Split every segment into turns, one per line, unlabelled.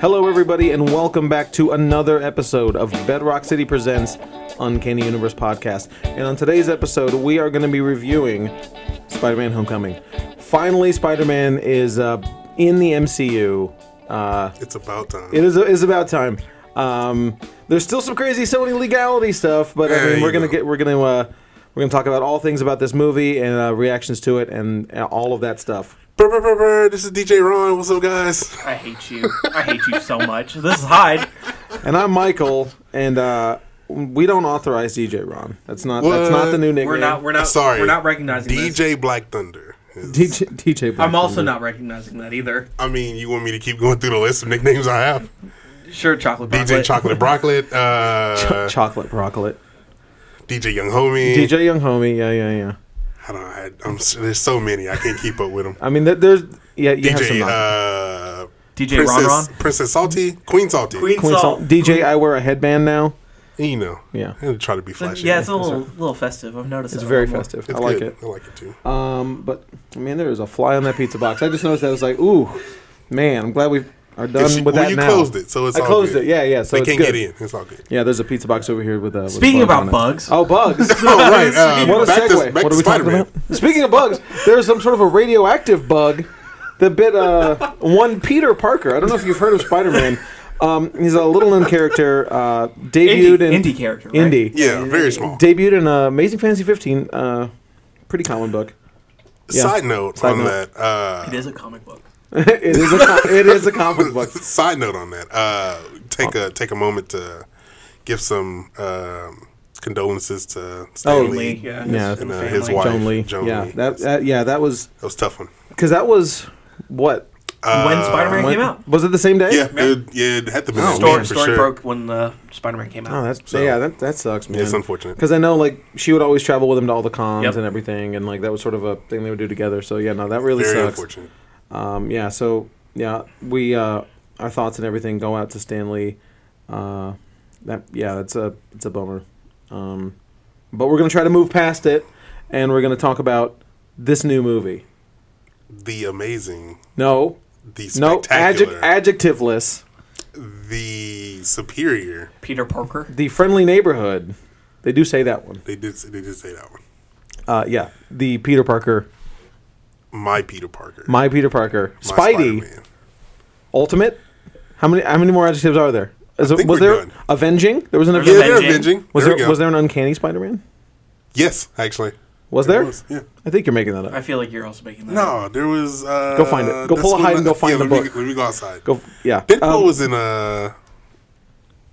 Hello, everybody, and welcome back to another episode of Bedrock City Presents Uncanny Universe Podcast. And on today's episode, we are going to be reviewing Spider Man Homecoming. Finally, Spider Man is uh, in the MCU. Uh,
It's about time.
it is it's about time. Um, there's still some crazy Sony legality stuff, but I
There
mean,
you
we're gonna
go.
get we're gonna uh, we're gonna talk about all things about this movie and uh, reactions to it and, and all of that stuff.
Brr, brr, brr, brr. This is DJ Ron. What's up, guys?
I hate you. I hate you so much. This is Hyde.
And I'm Michael, and uh, we don't authorize DJ Ron. That's not that's not
What?
the new nickname.
We're not. We're not.
Sorry.
We're not recognizing this.
DJ Black Thunder. is-
DJ. DJ Black
I'm also
Thunder.
not recognizing that either.
I mean, you want me to keep going through the list of nicknames I have?
Sure, chocolate.
DJ
Chocolate.
Chocolate Brocklet, uh,
chocolate broccoli.
DJ Young Homie.
DJ Young Homie. Yeah, yeah, yeah.
I don't. I, I'm, s- there's so many. I can't keep up with them.
I mean, there, there's yeah. You have some.
DJ.
not-
Uh,
DJ Ron Ron.
Princess, Princess Salty, Queen Salty.
Queen
Queen Salt.
Salt.
DJ, I wear a headband now.
You know.
Yeah.
I'm gonna try to be flashy.
Yeah, it's a little little festive. I've noticed.
It's
that a
very
lot more.
festive.
It's
I like
good.
it.
I like it too.
Um, but I mean, there was a fly on that pizza box. I just noticed that. I was like, ooh, man, I'm glad we are done
It's-
with
well,
that
you
now.
closed it, so it's
I
all
closed
good.
it. Yeah, yeah. So
they
it's
can't
good.
get in. It's all good.
Yeah, there's a pizza box over here with. Uh, with a
Speaking
bug
about
on it.
bugs.
Oh, bugs.
All right. uh,
what a
back
segue.
To, back
what
to
are we
Spider-Man.
talking about? Speaking of bugs, there's some sort of a radioactive bug that bit uh, one Peter Parker. I don't know if you've heard of Spider-Man. Um, he's a little known character, uh, debuted
Indie,
in
indie character. Right?
Indie.
Yeah, very small.
debuted in uh, Amazing Fantasy 15. Uh, pretty common book. Yeah.
Side note
Side
on
note.
that. Uh,
It is a comic book.
it is a com- it is a comic book.
side note on that. Uh, take a take a moment to give some um, condolences to Stan
Oh,
Lee.
Lee, yeah.
Yeah.
his
And, uh,
family.
his wife.
Joan Lee.
Joan
yeah,
Lee.
That, that yeah that was
That was a tough one.
because that was what
when Spider-Man
When-
came out,
was it the same day?
Yeah, it, yeah, it had to be that
story,
week for
story
sure.
broke when uh, Spider-Man came out.
Oh, that's
So-
yeah, that, that sucks, man.
It's unfortunate.
because I know like she would always travel with him to all the cons
Yep.
and everything, and like that was sort of a thing they would do together. So yeah, no, that really
Very
sucks.
unfortunate.
Um, yeah, so yeah, we uh, our thoughts and everything go out to Stanley. Uh, that yeah, that's a it's a bummer, um, but we're gonna try to move past it, and we're gonna talk about this new movie.
The amazing,
No,
the
no,
spectacular,
adject, adjectiveless.
the superior.
Peter Parker.
The friendly neighborhood. They do say that one.
They did. They did say that one.
Uh, yeah, the Peter Parker,
My Peter Parker.
my Peter Parker,
My
Spidey,
Spider-Man.
Ultimate. How many? How many more adjectives are there? Is it,
think
was
we're
there
done.
avenging? There was an
There's
Yeah,
avenging.
they're
Avenging.
avenging.
Was
there,
there,
we go.
was there an uncanny Spider-Man?
Yes, actually.
Was there?
was, yeah.
I think you're making that up.
I feel like you're also making that. up.
No, there was. Uh,
Go find it. Go
that's
pull a
when
hide and
I-
go find
yeah,
the
let me-
book.
Let me go outside.
Go. Yeah.
Deadpool
Um,
was in uh,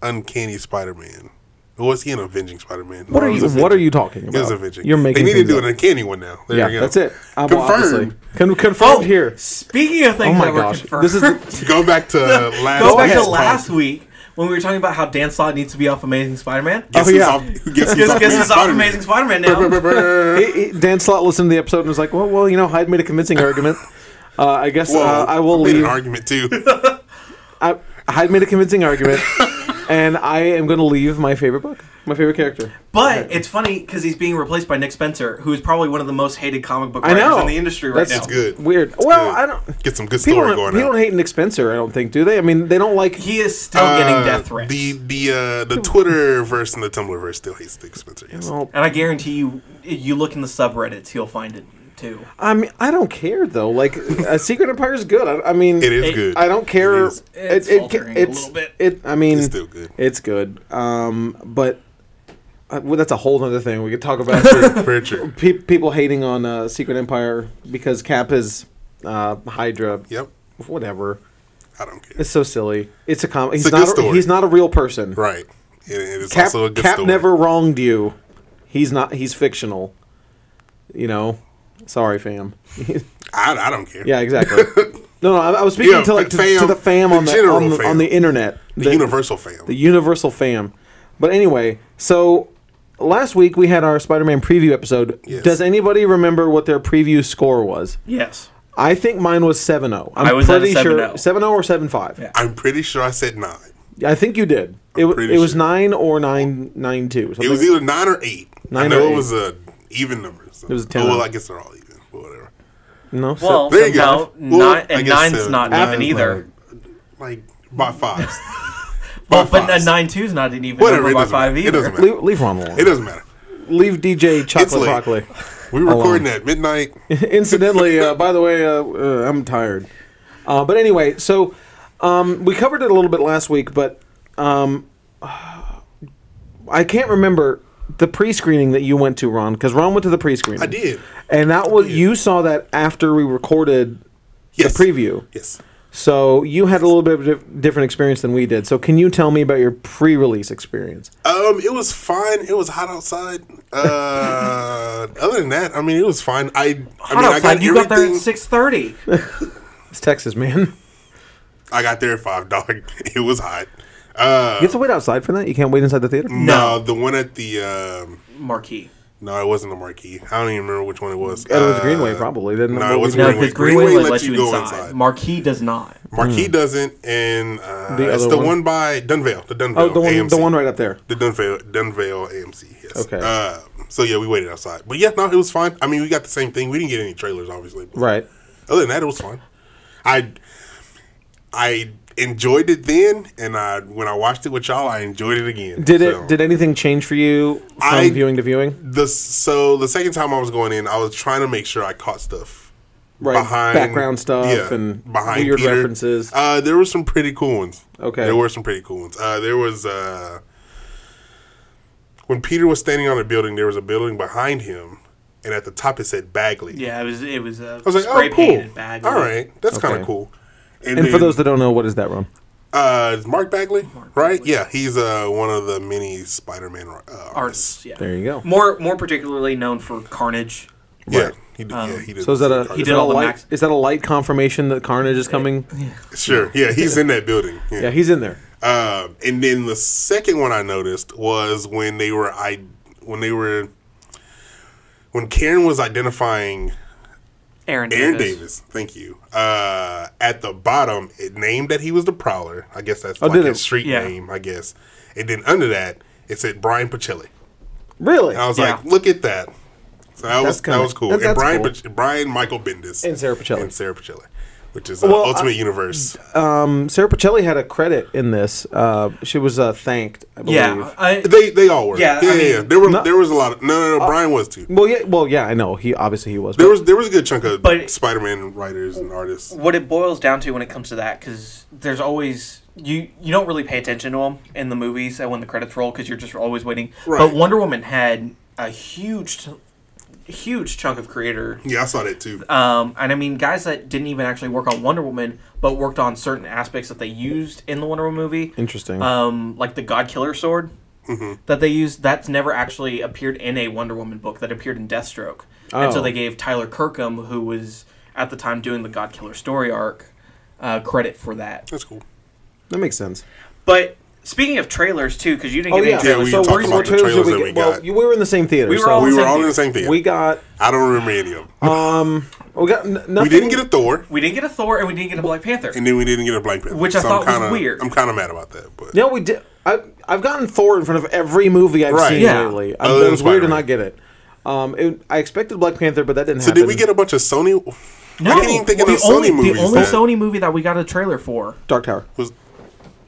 Uncanny Spider-Man. Or was he in Avenging Spider-Man?
What
No,
are
it was
you? What are
Avenging.
you talking about?
It was Avenging.
You're making.
They need to
things
do
up.
an Uncanny one now. There
Yeah,
you go.
that's it. Uh, well, obviously.
Confirmed.
Con-
Oh,
confirmed here.
Speaking of
Oh
things
my
that were
gosh!
confirmed,
This is the,
Go back to last.
Go back
ahead.
to
week's
last
podcast.
week when we were talking about how Dan Slott needs to be off Amazing Spider-Man.
Guess
Oh,
who's
yeah.
off- Guess who's
Guess,
off
guess it's off
Spider-Man.
Amazing Spider-Man now.
Brr.
He- he- Dan Slott listened to the episode and was like, "Well, well, you know, Hyde made a convincing argument. Uh, I guess
Whoa,
uh, I will
made
leave.
an argument too.
I, Hyde made a convincing argument, and I am going to leave my favorite book, my favorite character.
But it's funny because he's being replaced by Nick Spencer, who is probably one of the most hated comic book
I
writers
know
in the industry right
That's
now.
Good.
Weird. well,
good.
I don't.
Get some good
People
story
don't,
going
people
on.
don't hate Nick Spencer. I don't think, do they? I mean, they don't like.
He is still
Uh,
getting death threats,
The the uh, the Twitter verse and the Tumblr verse still hates Dick Spencer. Yes.
Well,
and I guarantee you, you look in the subreddits, you'll find it too.
I mean, I don't care though. Like, a Secret Empire is good. I, I mean,
It is
It-
good.
I don't care.
It is.
It's
it, it,
faltering a
it's
little bit.
It. I mean,
It's still good.
It's good. Um, but uh, well, that's a whole other thing we could talk about.
Very true.
pe- people hating on uh, Secret Empire because Cap is uh, Hydra.
Yep.
Whatever.
I don't care.
It's so silly. It's a comic. He's
a good
not. A,
story.
he's not a real person.
Right. It, it is
Cap,
also a good
Cap
story.
never wronged you. He's not. He's fictional. You know. Sorry, fam.
I, I don't care.
yeah, exactly. No, no. I, I was speaking
Yeah,
to like to,
fam,
to the fam
the
on the,
general
on, the
fam.
on the internet.
The, Universal fam.
the universal fam. But anyway, so last week we had our Spider-Man preview episode.
Yes.
Does anybody remember what their preview score was?
Yes.
I think mine was 7-0. I'm
I was at a
pretty sure
7-0.
7-0 or 7-5.
Yeah.
I'm pretty sure I said nine.
I think you did. It, wa-
pretty
it was
sure.
9 or 9 9 2. Something.
It was either nine or eight.
Nine
I know
or eight.
it was a even number. So.
It was a ten.
Oh, well, I guess they're all even. But whatever.
no. se-
Well,
There you
no,
go. Well,
nine,
I
and
guess
nine's
so.
not
Nine,
Oh,
even either.
Like by fives.
Well, but
fives.
a nine two's not an even
Whatever,
number
it
by
doesn't
five
matter. It
either.
doesn't matter.
Leave, leave Ron alone.
It doesn't matter.
Leave DJ Chocolate Broccoli.
late. We were recording at midnight.
Incidentally, uh, by the way, uh, uh, I'm tired. Uh, but anyway, so um, we covered it a little bit last week, but um, I can't remember the pre-screening that you went to, Ron, because Ron went to the pre-screening.
I did.
and that was you saw that after we recorded
Yes.
the preview.
Yes.
So you had a little bit of a dif- different experience than we did. So can you tell me about your pre-release experience?
Um, it was fine. It was hot outside. Uh, other than that, I mean, it was fine. I, I
Hot
mean, I
outside,
got
you got there
everything.
at six thirty.
It's Texas, man.
I got there at five dog. It was hot. Uh,
You have to wait outside for that. You can't wait inside the theater.
no, the one at the um,
Marquee.
no, it wasn't the marquee. I don't even remember which one it was.
It was
Uh,
Greenway, probably. Didn't
no, it wasn't
No,
Greenway.
because Greenway, let, you inside. Marquee does not.
Marquee doesn't, and uh,
The
it's
other
the
one?
one, by Dunvale. The Dunvale.
Oh, the one,
AMC.
the one right up there.
The Dunvale, Dunvale AMC. Yes.
Okay.
Uh, so yeah, we waited outside, but yeah, no, it was fine. I mean, we got the same thing. We didn't get any trailers, obviously. but
Right.
Other than that, it was fine. I I enjoyed it then, and I when I watched it with y'all, I enjoyed it again.
Did it?
So,
Did anything change for you from
I-
viewing to viewing?
the so the second time I was going in, I was trying to make sure I caught stuff.
Right. Background stuff and weird
Peter.
references.
Uh, there were some pretty cool ones.
Okay.
there were some pretty cool ones. Uh, there was uh, when Peter was standing on a building. There was a building behind him, and at the top it said Bagley.
Yeah, it was it was a
I was like,
spray
oh, cool.
painted bag.
All right, that's kind
Okay.
of cool.
And for
then-
those that don't know, what is that, Ron?
uh, it's Mark Bagley, right? Yeah, he's uh, one of the many Spider-Man uh, artists.
Artists. Yeah.
There you go.
More more particularly known for Carnage.
Yeah, he did. yeah, he did.
So is that a
some
he
did all the
light?
max-
Is that a light confirmation that Carnage is coming?
sure? Yeah, he's in that building. Yeah.
Yeah, he's in there.
Um, and then the second one I noticed was when they were I when they were when Karen was identifying
Aaron Davis.
Aaron Davis. Thank you. Uh, at the bottom, it named that he was the Prowler. I guess that's like
Oh, did
his
it?
street
Yeah.
name. I guess. And then under that, it said Brian Pacelli.
Really?
And I was
Yeah.
like, look at that. So that was
kinda-
that was cool.
that-
and
that's
Brian
cool.
Pac- Brian Michael Bendis
And Sarah Pacelli.
and Sarah Pacelli, which is uh,
Well, I-
Ultimate Universe.
Um, Sarah Pacelli had a credit in this. Uh, she was uh, thanked. I believe.
Yeah, I,
They they all were.
Yeah,
Yeah,
I
yeah,
mean-
yeah. There were there was a lot of no no no. Brian was too.
Well, yeah. Well, yeah. I know. He obviously he was.
There
but-
was there was a good chunk of
But-
Spider-Man writers and artists.
what it boils down to when it comes to that because there's always you you don't really pay attention to them in the movies and when the credits roll because you're just always waiting
Right.
but wonder woman had a huge huge chunk of creator
Yeah, I saw that too.
um, and i mean guys that didn't even actually work on wonder woman but worked on certain aspects that they used in the wonder woman movie
Interesting.
um, like the god killer sword
Mm-hmm.
that they used that's never actually appeared in a wonder woman book that appeared in deathstroke and so
Oh.
they gave tyler kirkham who was at the time doing the god killer story arc uh, credit for that
That's cool.
that makes sense.
but speaking of trailers too because you didn't
Oh
get
yeah.
any trailers
we
so
talked
we're,
about
we're
the
trailers
trailers
that
that
we,
we
get- well,
got.
you, we were in the same theater.
We were
so
all-
We were all in
theater.
the same thing.
we got
I don't remember any of them.
um we got n- nothing.
we didn't get a Thor,
we didn't get a thor and we didn't get a black panther
and then we didn't get a Black Panther,
Which I
I'm
thought was
kinda,
weird.
I'm kind of mad about that, but
No, we did. I, I've gotten Thor in front of every movie I've
Right.
seen
Yeah.
lately. I,
Other
it
than
was weird to
Spider-Man.
not get it. Um, it- I expected Black Panther, but that didn't
so
happen.
did we get a bunch of Sony? I can't even think of
the
those Sony
only,
movies.
the only
that
sony movie that we got a trailer for
Dark Tower?
was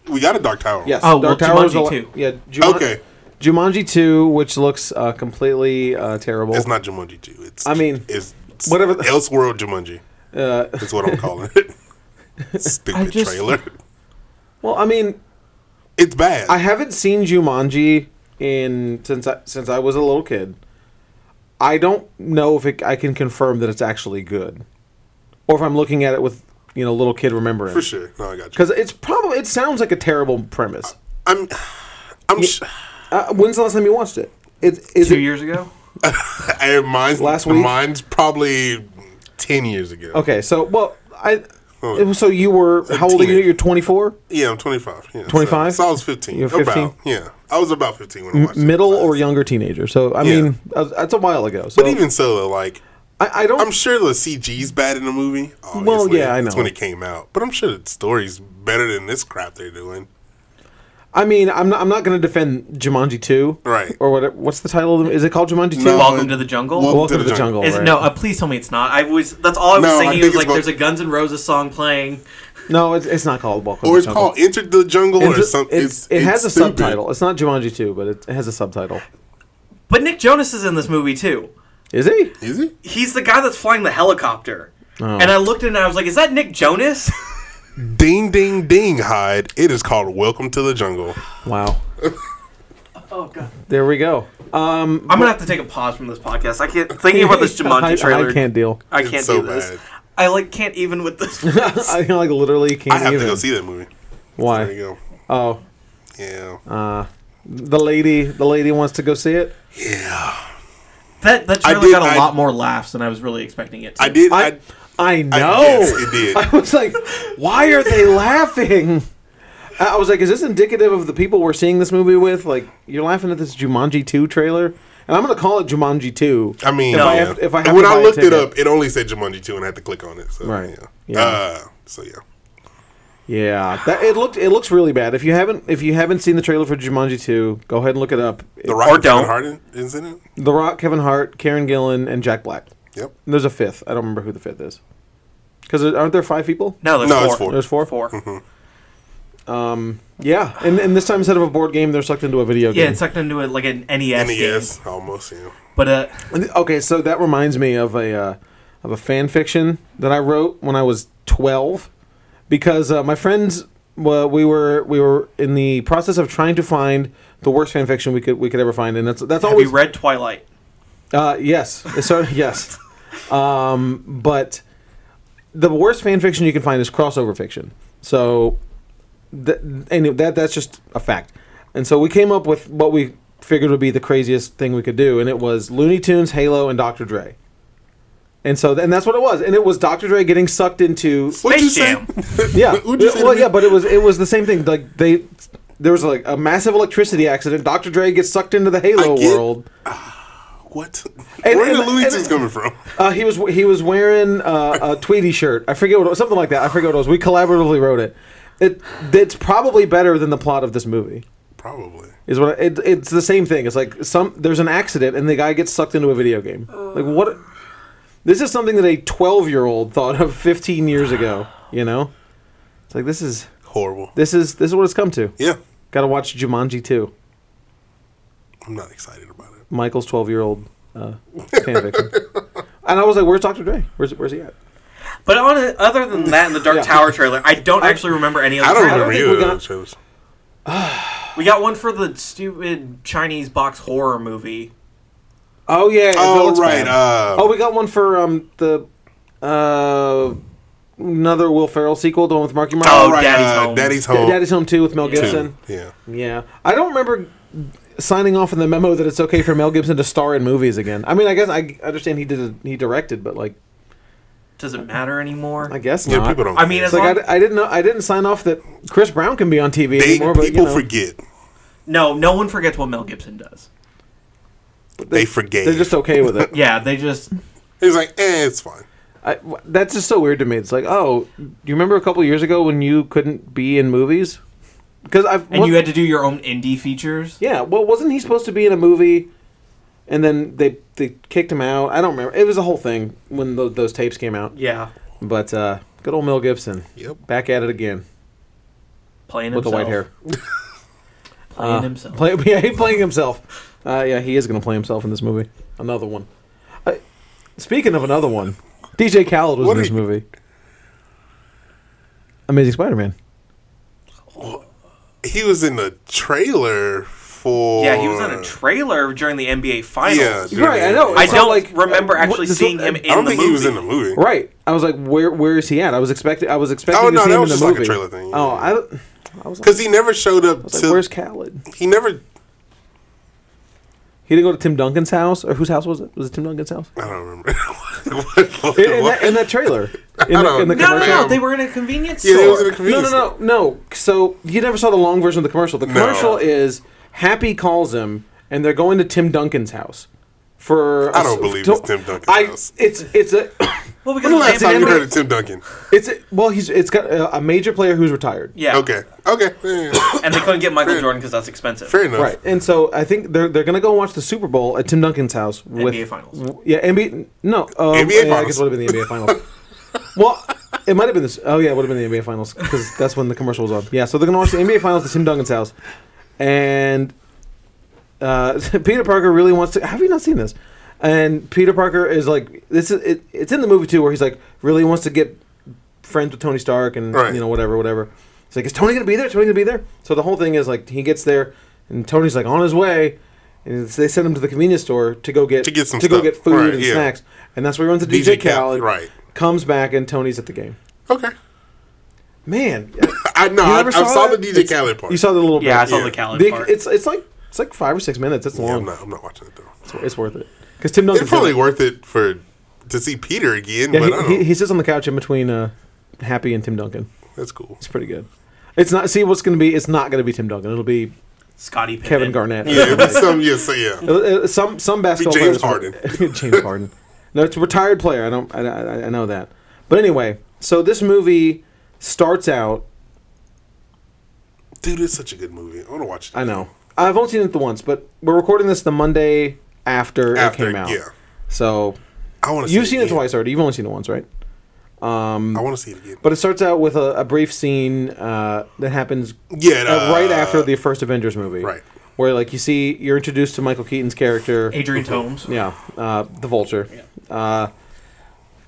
we got a Dark Tower.
Yes.
Oh,
Dark
well,
Tower was
Jumanji
a,
too.
Yeah. Juman-
Okay.
Jumanji two, which looks uh, completely uh, terrible.
It's not Jumanji 2. It's
I mean,
it's, it's
whatever
whatever
the- Uh,
Elseworld Jumanji. That's what I'm calling it. Stupid
just-
trailer.
well, I mean,
It's bad.
I haven't seen Jumanji in since I, since I was a little kid. I don't know if it, I can confirm that it's actually good, or if I'm looking at it with you know little kid remembering.
for sure. No, I got you.
Because it's probably it sounds like a terrible premise.
I'm I'm sh-
Uh, when's the last time you watched it? It is
two
it,
years ago
I, mine's
Last week?
Mine's probably 10 years ago.
okay. So well, I
Oh.
it was- so you were how old are you?
teenager.
You're 24,
Yeah, I'm 25. Yeah, so-
25?
So, I was 15.
You're 15?
About, yeah. I was about 15 when I watched it
middle
last.
or younger teenager. So I
Yeah.
mean, uh, that's a while ago. So
But even so, though, like
I, I don't.
I'm sure the CG's bad in the movie. Obviously.
Well, yeah, I
That's
know.
when it came out. But I'm sure the story's better than this crap they're doing.
I mean, I'm not. I'm not going to defend Jumanji two,
Right.
Or what? What's the title? of the, Is it called Jumanji two?
No.
Welcome,
welcome to the jungle
Well,
to, the, jungle.
Is,
right.
No, uh, please tell me it's not. I was that's all I was
No, I
thinking.
think
It was
it's
like
about-
there's a Guns N' Roses song playing.
No, it's, it's not called Welcome
Or
to
it's
Jungle.
called Enter the Jungle or
It's-
something.
it's-
It's,
it has
it's
a
stupid.
subtitle. It's not Jumanji 2, but it, it has a subtitle.
But Nick Jonas is in this movie too.
Is he?
Is it?
He's the guy that's flying the helicopter.
Oh.
And I looked at it and I was like, is that Nick Jonas?
Ding, ding, ding, Hyde. It is called Welcome to the Jungle.
Wow.
oh god.
There we go.
I'm gonna have to take a pause from this podcast. I can't thinking about this
I,
Jumanji trailer.
I can't deal.
I
It's
can't
so
do this.
bad.
I like can't even with this.
I like literally can't
I have
even.
to go see that movie. There
Why?
you go.
Oh,
Yeah.
Uh, the lady. The lady wants to go see it.
yeah.
that that trailer
did-
got a
I-
lot more laughs than I was really expecting it. To.
I did. I,
I I know.
yes, it did.
I was like, why are they laughing? I I was like, is this indicative of the people we're seeing this movie with? Like, you're laughing at this Jumanji 2 trailer? And I'm going to call it Jumanji 2.
I mean,
if I
yeah.
have, if I
And
have
when
to
I
buy a
looked it
ticket.
up, it only said Jumanji 2 and I had to click on it. So,
Right.
Yeah.
Yeah.
Uh, so, yeah.
Yeah, that, it looked it looks really bad. If you haven't if you haven't seen the trailer for Jumanji 2, go ahead and look it up.
The Rock
Or
and Kevin
don't.
Harden is in it.
The Rock, Kevin Hart, Karen Gillan, and Jack Black.
Yep.
And there's a fifth. I don't remember who the fifth is. Because aren't there five people?
no, there's
No,
four.
it's four. Mm-hmm.
There's four.
Four.
Yeah, and and this time instead of a board game, they're sucked into a video game.
Yeah, it's sucked into it like an NES, game.
NES, E almost. Yeah.
But uh,
And- Okay, so that reminds me of a uh, of a fan fiction that I wrote when I was twelve, because uh, my friends, well, we were we were in the process of trying to find the worst fan fiction we could we could ever find, and that's that's
have
always
you read Twilight?
uh, yes, It started- yes, um, but the worst fan fiction you can find is crossover fiction. So, th- and that that's just a fact. And so we came up with what we figured would be the craziest thing we could do, and it was Looney Tunes, Halo, and Dr. Dre. And so, and that's what it was. And it was Dr. Dre getting sucked into
What'd you
Space
say?
Jam.
yeah.
Who'd you say to
well,
me?
yeah, but it was it was the same thing. Like they, there was like a massive electricity accident. Dr. Dre gets sucked into the Halo
get-
world.
What?
And-
Where
and-
did Looney
and-
Tunes coming from?
Uh, he was he was wearing uh, a Tweety shirt. I forget what it was, something like that. I forget what it was. We collaboratively wrote it. It it's probably better than the plot of this movie.
Probably.
Is what I, it, it's the same thing. It's like some there's an accident and the guy gets sucked into a video game. Like what? This is something that a 12 year old thought of 15 years ago. You know, it's like this is
Horrible.
this is this is what it's come to.
Yeah.
Got to watch Jumanji 2.
I'm not excited about it.
Michael's 12 year old uh, fan fiction. And I was like, "Where's Dr. Dre? Where's where's he at?"
But on a, other than that, in the Dark
Yeah.
Tower trailer, I don't actually remember any other.
I don't
trailer.
remember
think
either
we
of
got-
those shows.
We got one for the stupid Chinese box horror movie.
Oh yeah. yeah, that
Oh,
looks
right.
bad.
Uh,
Oh, we got one for um the uh another Will Ferrell sequel, the one with Marky Mark.
Oh,
all right,
Daddy's
uh,
Home.
Daddy's Home.
Da- Daddy's Home Two with Mel
Yeah.
Gibson.
Yeah.
Yeah, I don't remember signing off in the memo that it's okay for Mel Gibson to star in movies again. I mean, I guess I understand he did he directed, but like
Does it matter anymore?
I guess
Yeah,
not.
people don't.
I mean,
care.
It's like I, I didn't know I didn't sign off that Chris Brown can be on TV
they,
anymore.
people
But you know,
forget.
no, no one forgets what Mel Gibson does.
They forget.
they're just okay with it.
Yeah, they just
It's like, eh, it's fine.
I w that's just so weird to me. It's like, oh, you remember a couple years ago when you couldn't be in movies because I've
and you had to do your own indie features.
Yeah, well, wasn't he supposed to be in a movie, and then they they kicked him out? I don't remember. It was a whole thing when tho- those tapes came out.
Yeah,
But uh, good old Mel Gibson,
Yep.
back at it again
playing
with the
himself.
white hair. Uh,
Playing himself.
Play, yeah, he's playing himself. Uh, yeah, he is going to play himself in this movie. Another one. Uh, speaking of another one, DJ Khaled was
What
in
are
this
you-
movie. Amazing Spider-Man.
He was in the trailer for.
yeah, he was in a trailer during the NBA Finals.
Yeah, dude.
Right, I know.
I
So,
don't
like,
remember
uh, what-
actually
so-
seeing him
I
in
I don't
the
think
movie.
he was in the movie.
Right. I was like, where where is he at? I was expecting I was expecting
Oh,
to
no,
see
that
him
was
in the
just like a
movie.
trailer thing, yeah.
Oh, I, I was like,
Because he never showed up
I was
to.
like, where's Khaled?
he never.
He didn't go to Tim Duncan's house, or whose house was it? Was it Tim Duncan's house?
I don't remember. what, what,
In, in
what?
that, in that trailer, in
I
the,
don't
in the
know.
no, no,
commercial.
no. They were in a convenience
Yeah,
store.
he was in a
No,
convenience
no, no, no. So you never saw the long version of the commercial. The commercial is Happy calls him, and they're going to Tim Duncan's house for.
I
a-
don't believe
to-
it's Tim Duncan's
I,
house.
It's it's a
Well, because
When the last
of the
time you
NBA
heard of Tim Duncan?
it's a, well he's it's got a, a major player who's retired.
Yeah.
Okay. Okay. Yeah, yeah.
And they couldn't get Michael Jordan because that's expensive.
Fair enough.
Right, and so I think they're they're gonna go watch the Super Bowl at Tim Duncan's house with
NBA Finals.
Yeah, NBA. No, um,
NBA
yeah, I guess
Finals.
it would have been the NBA Finals. well, It might have been this. Oh yeah, it would have been the NBA Finals because that's when the commercial was on. Yeah, so they're gonna watch the NBA Finals at Tim Duncan's house, and uh, Peter Parker really wants to. Have you not seen this? And Peter Parker is like, this is it, it's in the movie too, where he's like really wants to get friends with Tony Stark and
Right.
you know whatever, whatever. It's like, is Tony gonna be there? Is Tony gonna be there? So the whole thing is like he gets there, and Tony's like on his way. And it's- they send him to the convenience store to go get
To get some
to go
stuff.
get food
Right,
and
yeah.
snacks, and that's where he runs into DJ,
DJ
Cal. and
right.
Comes back and Tony's at the game.
Okay.
Man,
I know.
You
I,
never
I
saw
saw
that?
the DJ
It's-
Khaled part.
you saw the little
Yeah, I
bit.
saw
Yeah.
the Khaled
Big-
part.
it's it's like it's like five or six minutes. It's
yeah, I'm
long.
not. I'm not watching it though.
It's, wor- it's worth it because Tim Duncan.
It's probably worth it for to see Peter again, but I
Yeah,
don't.
he,
know.
he, he sits on the couch in between uh, Happy and Tim Duncan.
That's cool.
It's pretty good. It's not. See what's going to be. It's not going to be Tim Duncan. It'll be
Scotty Pippen.
Kevin Garnett.
Yeah, but some. Yeah, so yeah.
Uh, uh, some some basketball
James
players- James Harden. No, it's a retired player. I don't. I, I, I know that. But anyway, so this movie starts out.
Dude, it's such a good movie. I want to watch it.
I know. I've only seen it the once, but we're recording this the Monday after,
After,
it came out.
yeah.
So
I want to.
You've
see
seen it
again.
twice already. You've only seen it once, right?
I want to see it again.
But it starts out with a, a brief scene uh, that happens
Yeah, and,
uh, right
uh,
after the first Avengers movie,
Right.
Where like you see you're introduced to Michael Keaton's character,
Adrian Tomes.
yeah, uh, the Vulture, uh,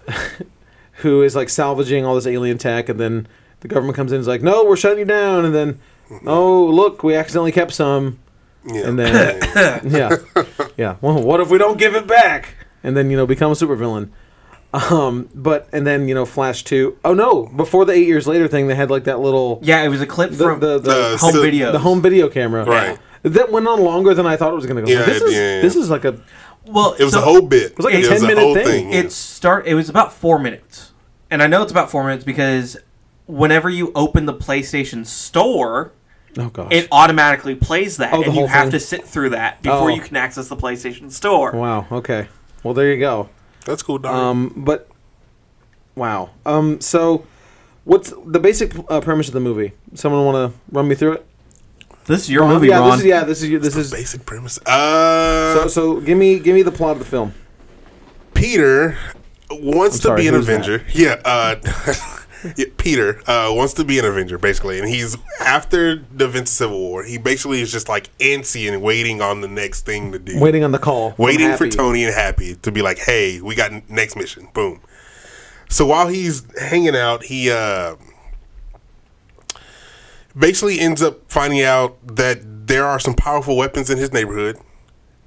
who is like salvaging all this alien tech, and then the government comes in and is like, "No, we're shutting you down," and then,
Mm-hmm.
"Oh, look, we accidentally kept some,"
Yeah.
and then yeah, yeah. Well, what if we don't give it back? And then you know become a supervillain. Um, but and then you know Flash two. Oh no! Before the eight years later thing, they had like that little
Yeah, it was a clip
the
from
the, the,
The
home,
home
so-
video.
the home video camera.
Right.
That went on longer than I thought it was going to go.
Yeah,
this
it-
is
yeah, yeah.
this is like a
Well,
it was
so
a whole bit. It
was like a
it
10-minute thing.
yeah.
It start. It was about four minutes, and I know it's about four minutes because whenever you open the PlayStation Store,
oh gosh.
it automatically plays that,
Oh, the
and you
whole
have
thing?
to sit through that before
Oh.
you can access the PlayStation Store.
wow. Okay. Well, there you go.
That's cool. Dog.
Um, but wow. Um, so what's the basic uh, premise of the movie? Someone want to run me through it?
This is your
Um,
movie,
yeah,
Ron.
This is, yeah. This is this is.
Basic premise. Uh,
So, so give me give me the plot of the film.
Peter wants
I'm
to
sorry,
be an
who's that?
Avenger. Yeah, uh, yeah, Peter uh, wants to be an Avenger, basically. And he's after the events of Civil War, he basically is just like antsy and waiting on the next thing to do.
Waiting on the call. from
waiting for
Happy.
Tony and Happy to be like, hey, we got n- next mission. Boom. So while he's hanging out, he uh, basically ends up finding out that there are some powerful weapons in his neighborhood,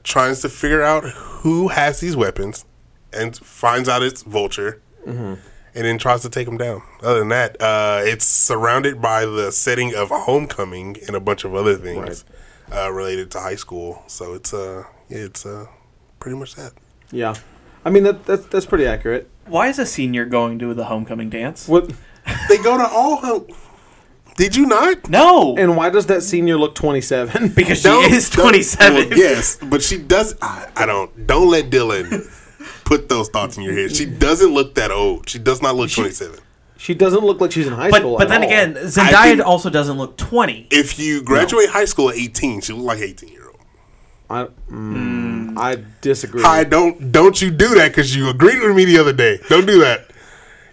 tries to figure out who has these weapons, and finds out it's Vulture, and then tries to take him down. Other than that, uh, it's surrounded by the setting of Homecoming and a bunch of other things uh, related to high school. So it's uh, yeah, it's uh, pretty much that.
Yeah, I mean that that's, that's pretty accurate.
Why is a senior going to the homecoming dance?
What
They go to all. Home- Did you not?
No,
and why does that senior look twenty seven?
because she
Don't-
is
don't-
twenty seven.
well, yes, but she does. I, I don't. Don't let Dylan put those thoughts in your head. She doesn't look that old. She does not look 27.
she doesn't look like she's in high
But
school.
but
at
then
all.
again, Zendaya
think-
also doesn't look twenty.
If you graduate high school at 18, she look like 18 year old.
uh,
I mm, I disagree.
I don't. Don't you do that because you agreed with me the other day. Don't do that.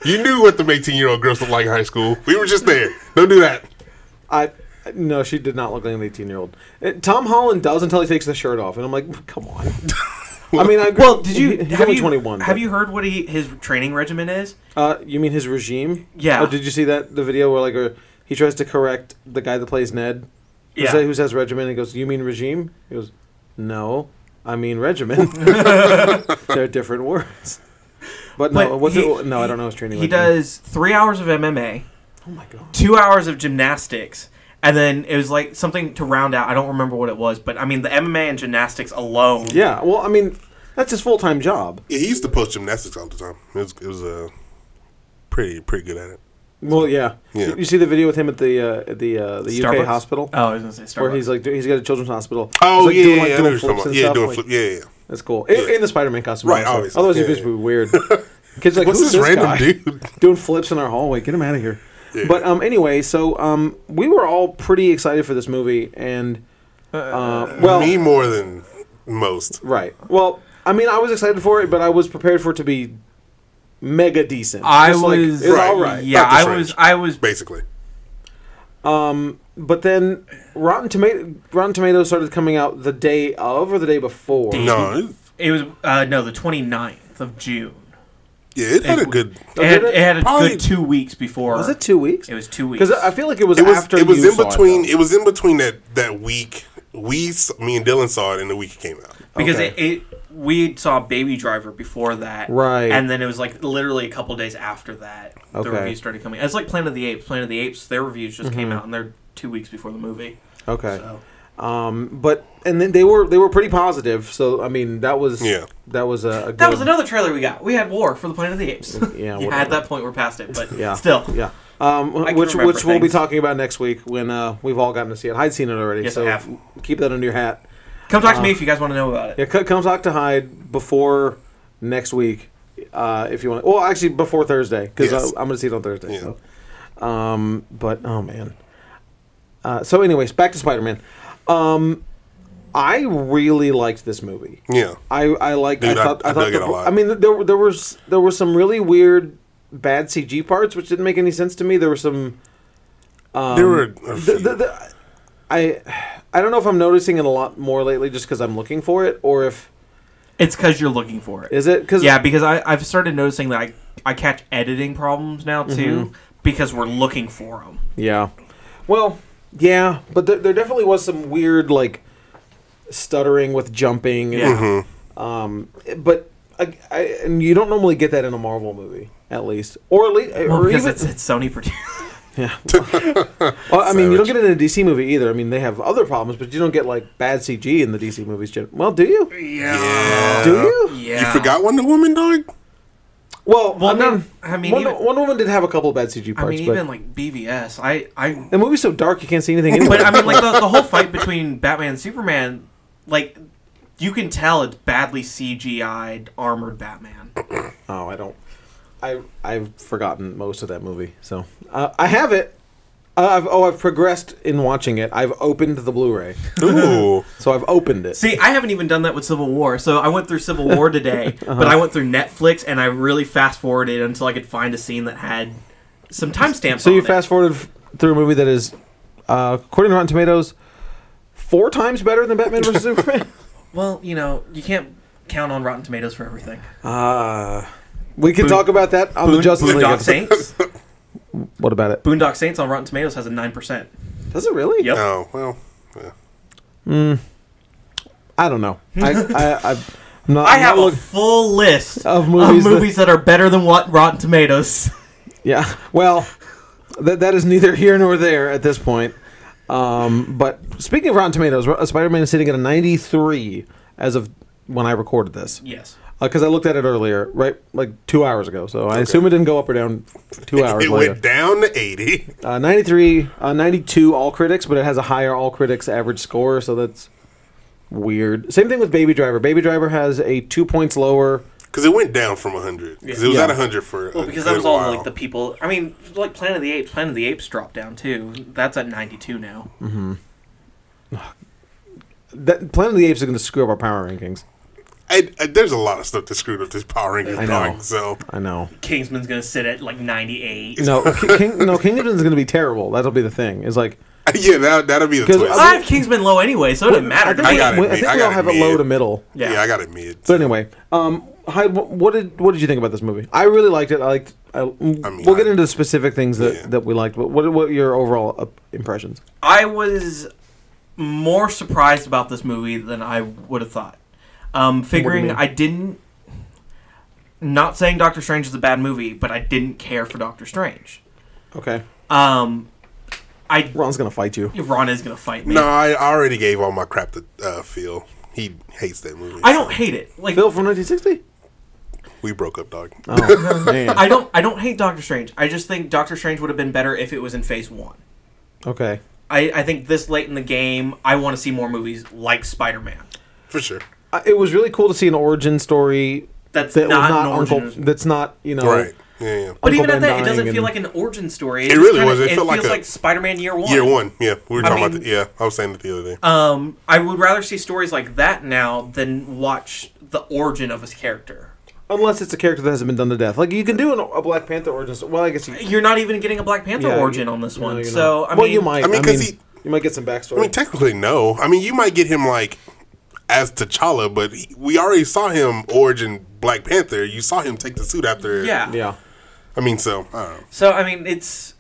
You knew what them 18 year old girls look like in high school. We were just there. Don't do that.
I no, she did not look like an eighteen year old. Tom Holland does until he takes the shirt off, and I'm like, come on. I mean, I agree.
Well, did you
He- He's
have
only
you,
twenty one.
Have you heard what he, his training regimen is?
Uh, you mean his regime?
Yeah.
Oh, did you see that the video where like uh, he tries to correct the guy that plays Ned? Who
Yeah.
say- who says regimen? And he goes, "You mean regime?" He goes, "No, I mean regimen." They're different words. But no,
But
what's
he-
it? No, I don't know his training.
He
regimen.
does three hours of MMA,
Oh my god.
two hours of gymnastics, and then it was like something to round out. I don't remember what it was, but I mean the MMA and gymnastics alone.
Yeah. Well, I mean, that's his full time job.
Yeah, he used to post gymnastics all the time. It was, it was uh, pretty pretty good at it.
Well, yeah.
Yeah.
You see the video with him at the uh, at the uh, the UK
Starbucks?
hospital.
Oh, I was gonna say Starbucks.
Where he's like, do- he's got a children's hospital. he's,
Oh
like,
yeah,
doing,
yeah,
like,
yeah, I know
doing
what you're
flips and
talking about. yeah,
stuff.
doing
like-
flip. Yeah, yeah. yeah.
That's cool. In, in the Spider-Man costume,
Right,
also.
obviously.
Otherwise, it'd
Yeah,
just be weird. Kids are like,
What's
who's
this
this
random
guy?
dude?
doing flips in our hallway? Get him out of here.
Yeah.
But um, anyway, so um, we were all pretty excited for this movie, and uh, well,
Me more than most.
right. Well, I mean, I was excited for it, but I was prepared for it to be mega decent.
I
Just, like,
was
it's all right.
Yeah,
Not this
I was
range.
I was
basically.
But then Rotten Tomato Rotten Tomatoes started coming out the day of or the day before.
No, it,
it was uh, no, the 29th of June.
yeah, it had a good.
It had,
Oh, did it?
it had a
Probably-
good 2 weeks before.
Was it two weeks?
It was 2 weeks.
Because I feel like it was,
It was
after
it was
you
in
saw
between.
though.
It, was in between that that week. We s- me and Dylan saw it in the week it came out.
because
Okay.
it,
It we saw Baby Driver before that,
Right.
And then it was like literally a couple days after that
Okay.
the reviews started coming. It's like Planet of the Apes. Planet of the Apes, their reviews just
Mm-hmm.
came out, and they're two weeks before the movie.
okay.
So
Um, but and then they were they were pretty positive. So I mean that was
Yeah.
that was a, a good,
that was another trailer we got. We had War for the Planet of the Apes.
Yeah,
yeah,
whatever.
at that point we're past it, but
yeah
still,
yeah. Um,
can
which
remember
which we'll be
things.
talking about next week when uh, we've all gotten to see it. Hyde's seen it already,
Yes, I
so
have.
keep that under your hat.
come talk to
Uh,
me if you guys want to know about it.
Yeah, c- come talk to Hyde before next week, uh, if you want. Well, actually, before Thursday because
Yes.
I'm going to see it on Thursday.
Yeah.
So. Um, but oh man. Uh, so, anyways, back to Spider Man. Um, I really liked this movie.
Yeah,
I I like.
Dude,
I
I-
thought. I,
I
thought.
dug
the-
it a lot.
I mean, there were- there was there were some really weird bad CG parts which didn't make any sense to me. There were some. Um,
there were. a
the,
few.
the, the, I I don't know if I'm noticing it a lot more lately just because I'm looking for it or if
It's because you're looking for it.
is it because
Yeah, because I, I've started noticing that I, I catch editing problems now too
Mm-hmm.
because we're looking for them.
Yeah. Well, yeah, but there, there definitely was some weird like stuttering with jumping. and-
Yeah.
Mm-hmm.
Um, but I, I, and you don't normally get that in a Marvel movie, at least, or at least,
Well,
or
because
even.
it's, it's Sony produced.
well, I mean, you don't get it in a DC movie either. I mean, they have other problems, but you don't get like bad CG in the DC movies. gen- Well, do you?
yeah.
Do you?
You
yeah.
forgot Wonder Woman, dog.
Well,
Well,
I mean,
I mean,
Wonder,
even-
Wonder Woman did have a couple of bad CG
I
parts,
mean,
but
even like BVS. I, I
the movie's so dark you can't see anything. Anyway.
but I mean, like the, the whole fight between Batman and Superman, like you can tell it's badly CGI'd armored Batman.
Oh, I don't. I I've forgotten most of that movie, so uh, I have it. Uh, I've oh, I've progressed in watching it. I've opened the Blu-ray,
Ooh,
so I've opened it.
See, I haven't even done that with Civil War. So I went through Civil War today, but I went through Netflix and I really fast forwarded until I could find a scene that had some timestamps.
so you
on it.
fast forwarded f- through a movie that is, uh, according to Rotten Tomatoes, four times better than Batman vs Superman.
Well, you know, you can't count on Rotten Tomatoes for everything.
Uh, we can talk about that on the Justice League.
Boondock
episode.
Saints.
What about it?
Boondock Saints on Rotten Tomatoes has a nine percent.
Does it really?
Yep.
oh well. yeah.
I don't know. I I, I I'm not.
I
I'm not
have a
look-
full
Of
list of
movies
movies,
that-
that, are better than what Rotten Tomatoes.
Yeah. Well, that that is neither here nor there at this point. Um, but speaking of Rotten Tomatoes, Ro- Spider-Man is sitting at a 93 as of when I recorded this
Yes.
because I looked at it earlier, right, like two hours ago. So I assume it didn't go up or down two hours
It
later.
went down to eighty.
Uh, 93, uh, 92 all critics, but it has a higher all critics average score, so that's weird. Same thing with Baby Driver. Baby Driver has a two points lower.
Because it went down from 100. Because it was
Yeah.
at 100 for
Well,
a
because
good
that was all
while.
like the people. I mean, like Planet of the Apes. Planet of the Apes dropped down too. That's at ninety two now.
That Planet of the Apes is going to screw up our power rankings.
I, I- there's a lot of stuff that screwed up this Power Rangers
I know.
dog. So
I know.
Kingsman's gonna sit at like ninety eight.
No, Ki- King, no, Kingdom's going to be terrible. That'll be the thing. It's like
yeah, that that'll be the
'Cause
twist.
I-
I have Kingsman low anyway, so it doesn't matter. to
I,
me.
got it,
we- I
mate.
think
I
we
got
all
it,
have it low
mate.
to middle.
yeah.
yeah.
I got it mid.
But anyway, um, Hyde, wh- what did what did you think about this movie? I really liked it. I liked. I,
mean,
we'll get
I-
into the specific things that,
Yeah.
that we liked, but what what are your overall uh, impressions?
I was more surprised about this movie than I would have thought. Um, figuring
mean?
I didn't. Not saying Doctor Strange is a bad movie, but I didn't care for Doctor Strange.
Okay,
Um, I
Ron's gonna fight you.
Ron is gonna fight me.
no, I already gave all my crap to uh, Phil. He hates that movie.
I don't hate it. Like
Bill from 1960.
We broke up, dog.
Oh man.
I don't I don't hate Doctor Strange. I just think Doctor Strange would have been better if it was in phase one.
Okay.
I, I think this late in the game, I want to see more movies like Spider Man.
For sure.
Uh, it was really cool to see an origin story
That's
that
not,
was not
an
Uncle.
origin.
That's not you know.
Right. Yeah, yeah.
Uncle
but even at
Ben
that, it doesn't
dying
feel
and-
like an origin story.
It
just
really
kinda-
was. It
it
felt like
feels
a-
like Spider Man Year One.
Year one. Yeah. We were
I
talking
mean-
about the, Yeah. I was saying that the other day.
Um, I would rather see stories like that now than watch the origin of his character.
unless it's a character that hasn't been done to death. Like you can do an, a Black Panther origin. sto- Well, I guess you,
You're not even getting a Black Panther
yeah,
origin
you-
on this
no,
one.
you're not.
so I
well,
mean,
you might.
I
I
mean,
mean,
'cause he-
you might get some backstory.
I mean, technically, no. I mean, you might get him like as T'Challa, but he, we already saw him origin Black Panther. You saw him take the suit after.
Yeah.
yeah,
I mean, so I don't know.
So I mean, it's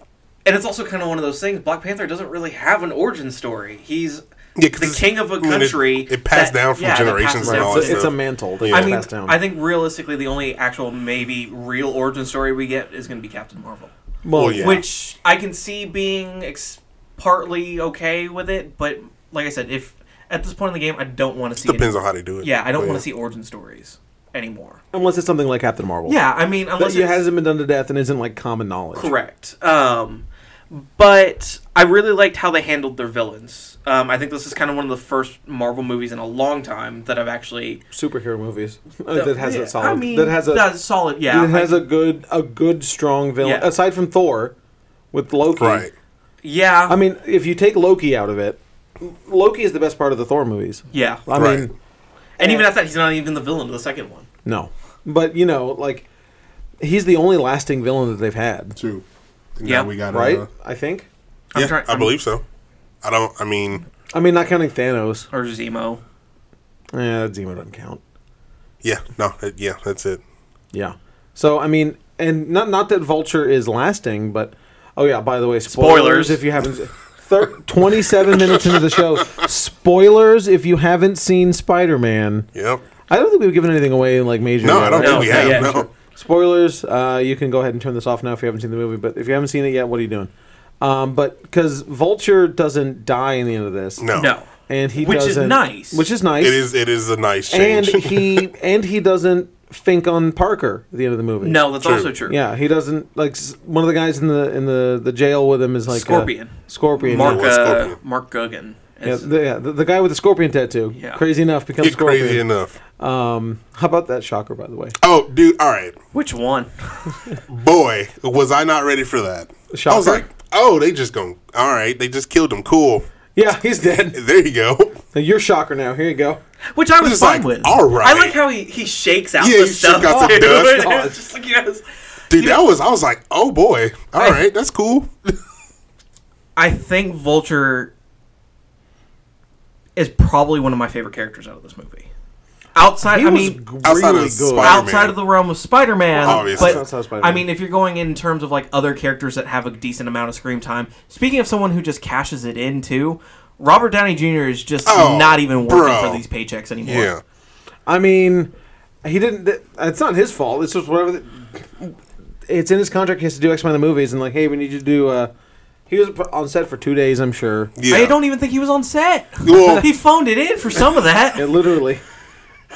and it's also kind of one of those things. Black Panther doesn't really have an origin story. He's
Yeah, 'cause
the
it's-
king of
I
a
mean, it-
country.
it passed down from
yeah, that
generations
passes
and
down
all
to-
that
it's, a,
stuff.
it's a mantle. that
I
gets
I mean,
passed down.
I think realistically, the only actual maybe real origin story we get is going to be Captain Marvel,
Well, yeah.
which I can see being ex- partly okay with it. But like I said, if at this point in the game, I don't want to see.
depends
any-
on how they do it. Oh,
yeah, I don't
But,
want to see origin stories anymore.
unless it's something like Captain Marvel.
Yeah, I mean,
that
unless
it
it's-
hasn't been done to death and isn't like common knowledge.
Correct. Um, but I really liked how they handled their villains. Um, I think this is kind of one of the first Marvel movies in a long time that I've actually
Superhero movies uh, that has
Yeah,
a solid.
I mean,
that has a
that's solid. Yeah,
that has
I-
a good a good strong villain
Yeah.
aside from Thor, with Loki.
Right.
yeah.
I mean, if you take Loki out of it, Loki is the best part of the Thor movies.
yeah,
I
Right.
mean,
and even at that, he's not even the villain of the second one.
no, but you know, like he's the only lasting villain that they've had,
True. And
Yeah.
now we got
right?
Uh,
I think.
I'm
yeah,
trying-
I
I'm-
believe so. I don't. I mean,
I mean, not counting Thanos.
Or Zemo.
Yeah, Zemo doesn't count.
yeah. No. that- yeah. That's it.
Yeah. So I mean, and not not that Vulture is lasting, but oh yeah. By the way, spoilers,
Spoilers.
if you haven't. Thir- 27 minutes into the show. Spoilers if you haven't seen Spider Man.
Yep.
I don't think we've given anything away like major.
No, I don't
No,
think we
not
have.
yet,
no.
sure.
Spoilers. Uh, you can go ahead and turn this off now if you haven't seen the movie. But if you haven't seen it yet, what are you doing? Um, but because Vulture doesn't die in the end of this,
No.
No,
and he
Which is
doesn't-
nice.
which is nice.
It is. It is a nice
and
change.
he and he doesn't think on Parker at the end of the movie.
no, that's
True.
also true.
Yeah, he doesn't like s- one of the guys in the in the the jail with him is like a-
Scorpion.
scorpion.
Mark
yeah.
what's
uh,
Scorpion?
Mark Guggen.
Yeah,
is-
the, yeah, the, the guy with the scorpion tattoo.
Yeah.
Crazy enough becomes
Get
scorpion.
crazy enough.
Um, how about that shocker, by the way?
Oh, dude. All right.
Which one?
boy, was I not ready for that. I was
Shocker.
like, oh, they just going, all right, they just killed him. Cool.
Yeah, he's dead.
There you go.
You're shocker now. Here you go.
Which I was
It's
fine
like,
with.
all right.
I like how he, he shakes out
Yeah,
the
he shook
stuff.
out the
dude.
dust.
Oh,
It's just like, yes.
Dude, that was, I was like, oh boy, all right, that's cool.
I think Vulture is probably one of my favorite characters out of this movie. Outside,
He
I
was
mean,
really
Outside of
good.
Spider-
outside of the realm of Spider-Man,
Obviously.
but
Outside of Spider-Man.
I mean, if you're going in terms of like other characters that have a decent amount of screen time, speaking of someone who just cashes it in too, Robert Downey Jr. is just
Oh,
not even working
bro.
for these paychecks anymore.
Yeah.
I mean, he didn't. th- It's not his fault. It's just whatever. The, it's in his contract. He has to do X amount of movies, and like, hey, we need you to do. Uh, he was on set for two days. I'm sure.
Yeah.
I don't even think he was on set.
Well-
he phoned it in for some of that.
Yeah, literally.
e-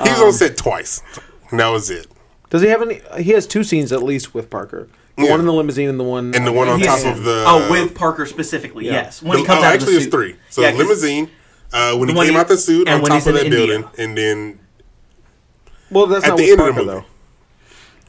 He
Um,
was on set twice. And that was it.
Does he have any? He has two scenes at least with Parker. The
Yeah.
one in the limousine and the one.
And the one on
He's-
top of the.
oh, with Parker specifically, yes. When he
the-
comes
oh,
out
actually,
of the
it's
suit.
three. So
Yeah, 'cause-
limousine, uh, when he
When
came
he-
out the suit,
and
on
when
top
he's
of
in
that
India.
building, and then
Well, that's
at
not
the
with
end
Parker
of the movie.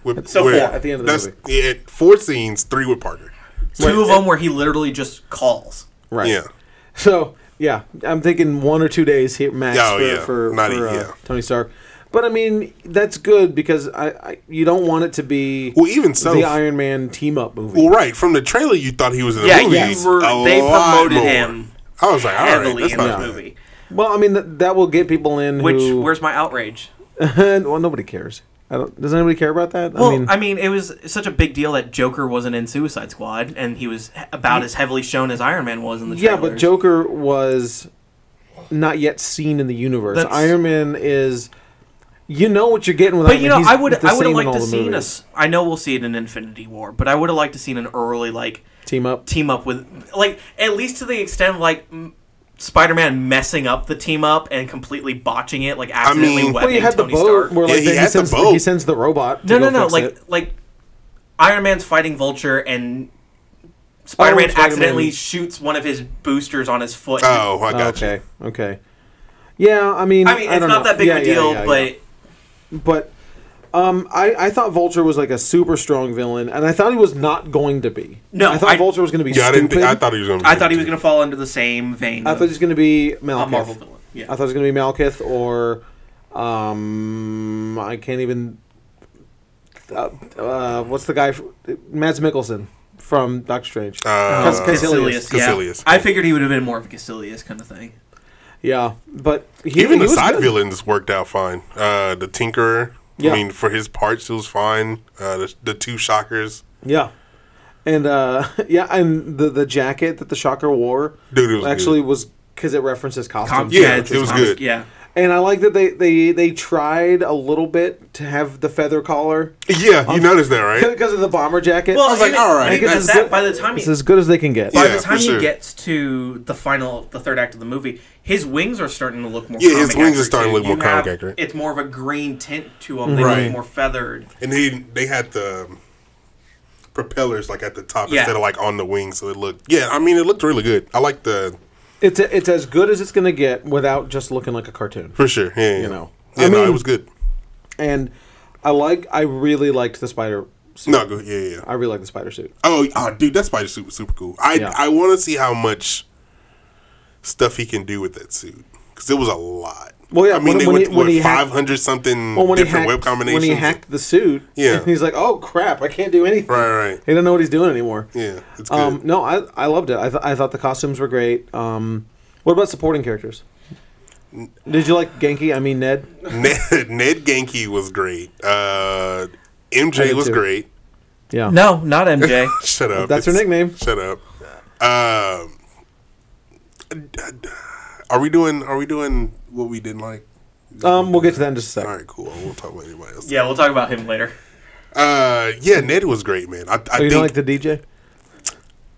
though.
With,
So
where-
four.
At the end of the
that's-
movie.
Yeah, four scenes, three with Parker.
two of them where he literally just calls.
Right.
Yeah.
So yeah, I'm thinking one or two days here max
Oh,
for,
yeah.
for,
Not
for,
a-
uh,
yeah.
Tony Stark. But I mean, that's good because I, I you don't want it to be
Well, even so,
the Iron Man team up movie.
Well, right from the trailer, you thought he was in the
Yeah,
movie.
you were-
a
they
lot
promoted
more.
him
I was like, all right,
heavily
that's
in
not bad.
this movie.
Well, I mean that, that will get people in.
Which
who,
where's my outrage?
well, nobody cares. I don't. Does anybody care about that?
Well,
I mean,
it was such a big deal that Joker wasn't in Suicide Squad, and he was he- about as heavily shown as Iron Man was in the
yeah,
trailers.
but Joker was not yet seen in the universe.
That's-
Iron Man is. You know what you're getting with.
But
Iron
you
Man.
know,
He's
I would
the
I would
same
have
in
liked
all
to
the
seen
movies.
us. I know we'll see it in Infinity War, but I would have liked to seen an early like
team up.
team up with like at least to the extent of like. M- Spider-Man messing up the team up and completely botching it, like accidentally
mean-
webbing
Well, you had the
Tony
boat
Stark.
where
Yeah,
like
he
then he,
had the
sends
boat.
he sends the robot. To
No,
go
no, no.
fix
Like,
it.
like Iron Man's fighting Vulture, and Spider Man
Oh, Spider-Man.
accidentally shoots one of his boosters on his foot.
Oh, I got
okay, okay. Yeah, I mean,
I mean, it's
don't
not
know.
that big
Yeah,
of a
yeah,
deal,
yeah,
but
yeah. but um, I I thought Vulture was like a super strong villain, and I thought he was not going to be.
No,
I thought
I-
Vulture was going to be.
you. Yeah, I
stupid.
didn't. Think, I thought he was gonna. Be
I thought he was going to fall into the same vein.
I thought he
of
was going to be
a
Malekith.
Marvel villain. Yeah.
I thought it was going to be Malekith or um, I can't even uh, uh, what's the guy? f- Mads Mikkelsen from Doctor Strange.
Uh,
Cas- Caecilius.
Caecilius, yeah.
Caecilius.
I figured he would have been more of a Caecilius kind of thing.
Yeah, but he,
Even
he
the
was
side
good.
villains worked out fine. Uh, the Tinkerer,
Yeah.
I mean, for his parts, it was fine. Uh, the, the two Shockers,
Yeah, and uh, yeah, and the the jacket that the Shocker wore
dude, it was
actually
actually.
was because it references
Com-
costumes.
Yeah,
it's
it was
com-
good.
Yeah,
And I like that they, they they tried a little bit to have the feather collar
Yeah,
um,
you noticed that, right?
because of the bomber jacket.
Well,
I was like,
even-
all right,
even
it's
at
as
that,
good-
by the time
it's
he-
as good as they can get.
Yeah.
Yeah,
by the time
for
he
sure.
gets to the final, the third act of the movie, his wings are starting to look more.
Yeah,
comic
his wings are
accurate,
starting
too.
to look more
You
comic
have-
accurate.
It's more of a green tint to them. They
Right.
look more feathered.
And he, they had the um, propellers like at the top
Yeah.
instead of like on the wing, so it looked. Yeah, I mean, it looked really good. I like the
it's it's as good as it's gonna get without just looking like a cartoon.
for sure. Yeah, yeah.
You know.
Yeah,
I
no,
mean-
it was good.
And I like I really liked the spider. Suit.
No, good. Yeah, yeah. yeah.
I really like the spider suit.
Oh, oh, dude, that spider suit was super cool. I
Yeah.
I want to see how much stuff he can do with that suit because it was a lot.
Well, yeah,
I mean
when-
they
when
went
he- when he
with
hacked-
five hundred something
Well, when he
different
hacked,
web combinations.
when he hacked the suit,
Yeah.
he's like, "Oh crap, I can't do anything."
Right, right.
He doesn't know what he's doing anymore.
Yeah, it's good.
Um, no, I I loved it. I, th- I thought the costumes were great. Um, what about supporting characters? Did you like Genki? I mean Ned.
Ned, Ned Genki was great. Uh,
I
MJ
did
was
too.
great.
Yeah.
No, not MJ.
Shut up.
That's her
It's-
nickname.
Shut up. Um, are we doing? Are we doing what we didn't like?
Um, we'll get to that in just a
All
second.
right, cool. I won't talk about anybody else.
yeah, we'll talk about him later.
Uh, yeah, Ned was great, man. I,
Oh,
I
you
think
don't like the DJ?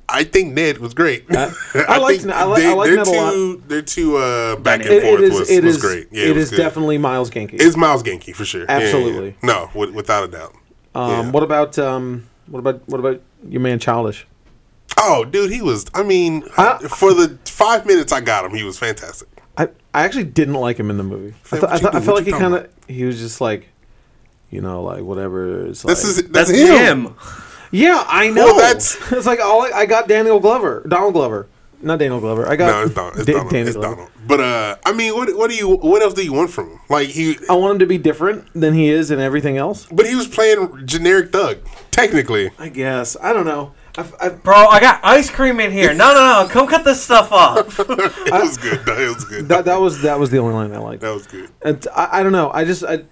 I think Ned was great.
I- I liked
think
Ned- I li- I liked
their
Ned a lot.
two, Their two uh, back and
It-
It-
forth
it is.
was,
it
was
is-
great. Yeah, it,
it
was
is
good.
definitely Miles Genki.
It's Miles Genki for sure. Yeah, yeah, yeah.
Absolutely.
No, wi- without a doubt.
um,
yeah.
What about um, what about what about your man Childish?
Oh, dude, he was. I mean,
I-
for the five minutes I got him, he was fantastic.
I, I actually didn't like him in the movie. I,
Say,
th- I,
what you
th- I
do,
felt
what
like he
you
kind
talking
of he was just like, you know, like whatever. It's
This
like,
is that's,
That's
him.
him.
yeah, I know.
Well, that's-
it's like all I, I got Daniel Glover, Donald Glover, not Daniel Glover. I got
No, it's Donald. It's
Da-
Donald.
Daniel
It's
Glover.
Donald. But uh, I mean, what what do you? What else do you want from him? Like he,
I want him to be different than he is in everything else.
but he was playing generic thug technically.
I guess I don't know. I, I,
Bro, I got ice cream in here. No, no, no. Come cut this stuff off.
it was good. though. It was good.
that that was that was the only line I liked.
that was good.
And I, I don't know. I just I,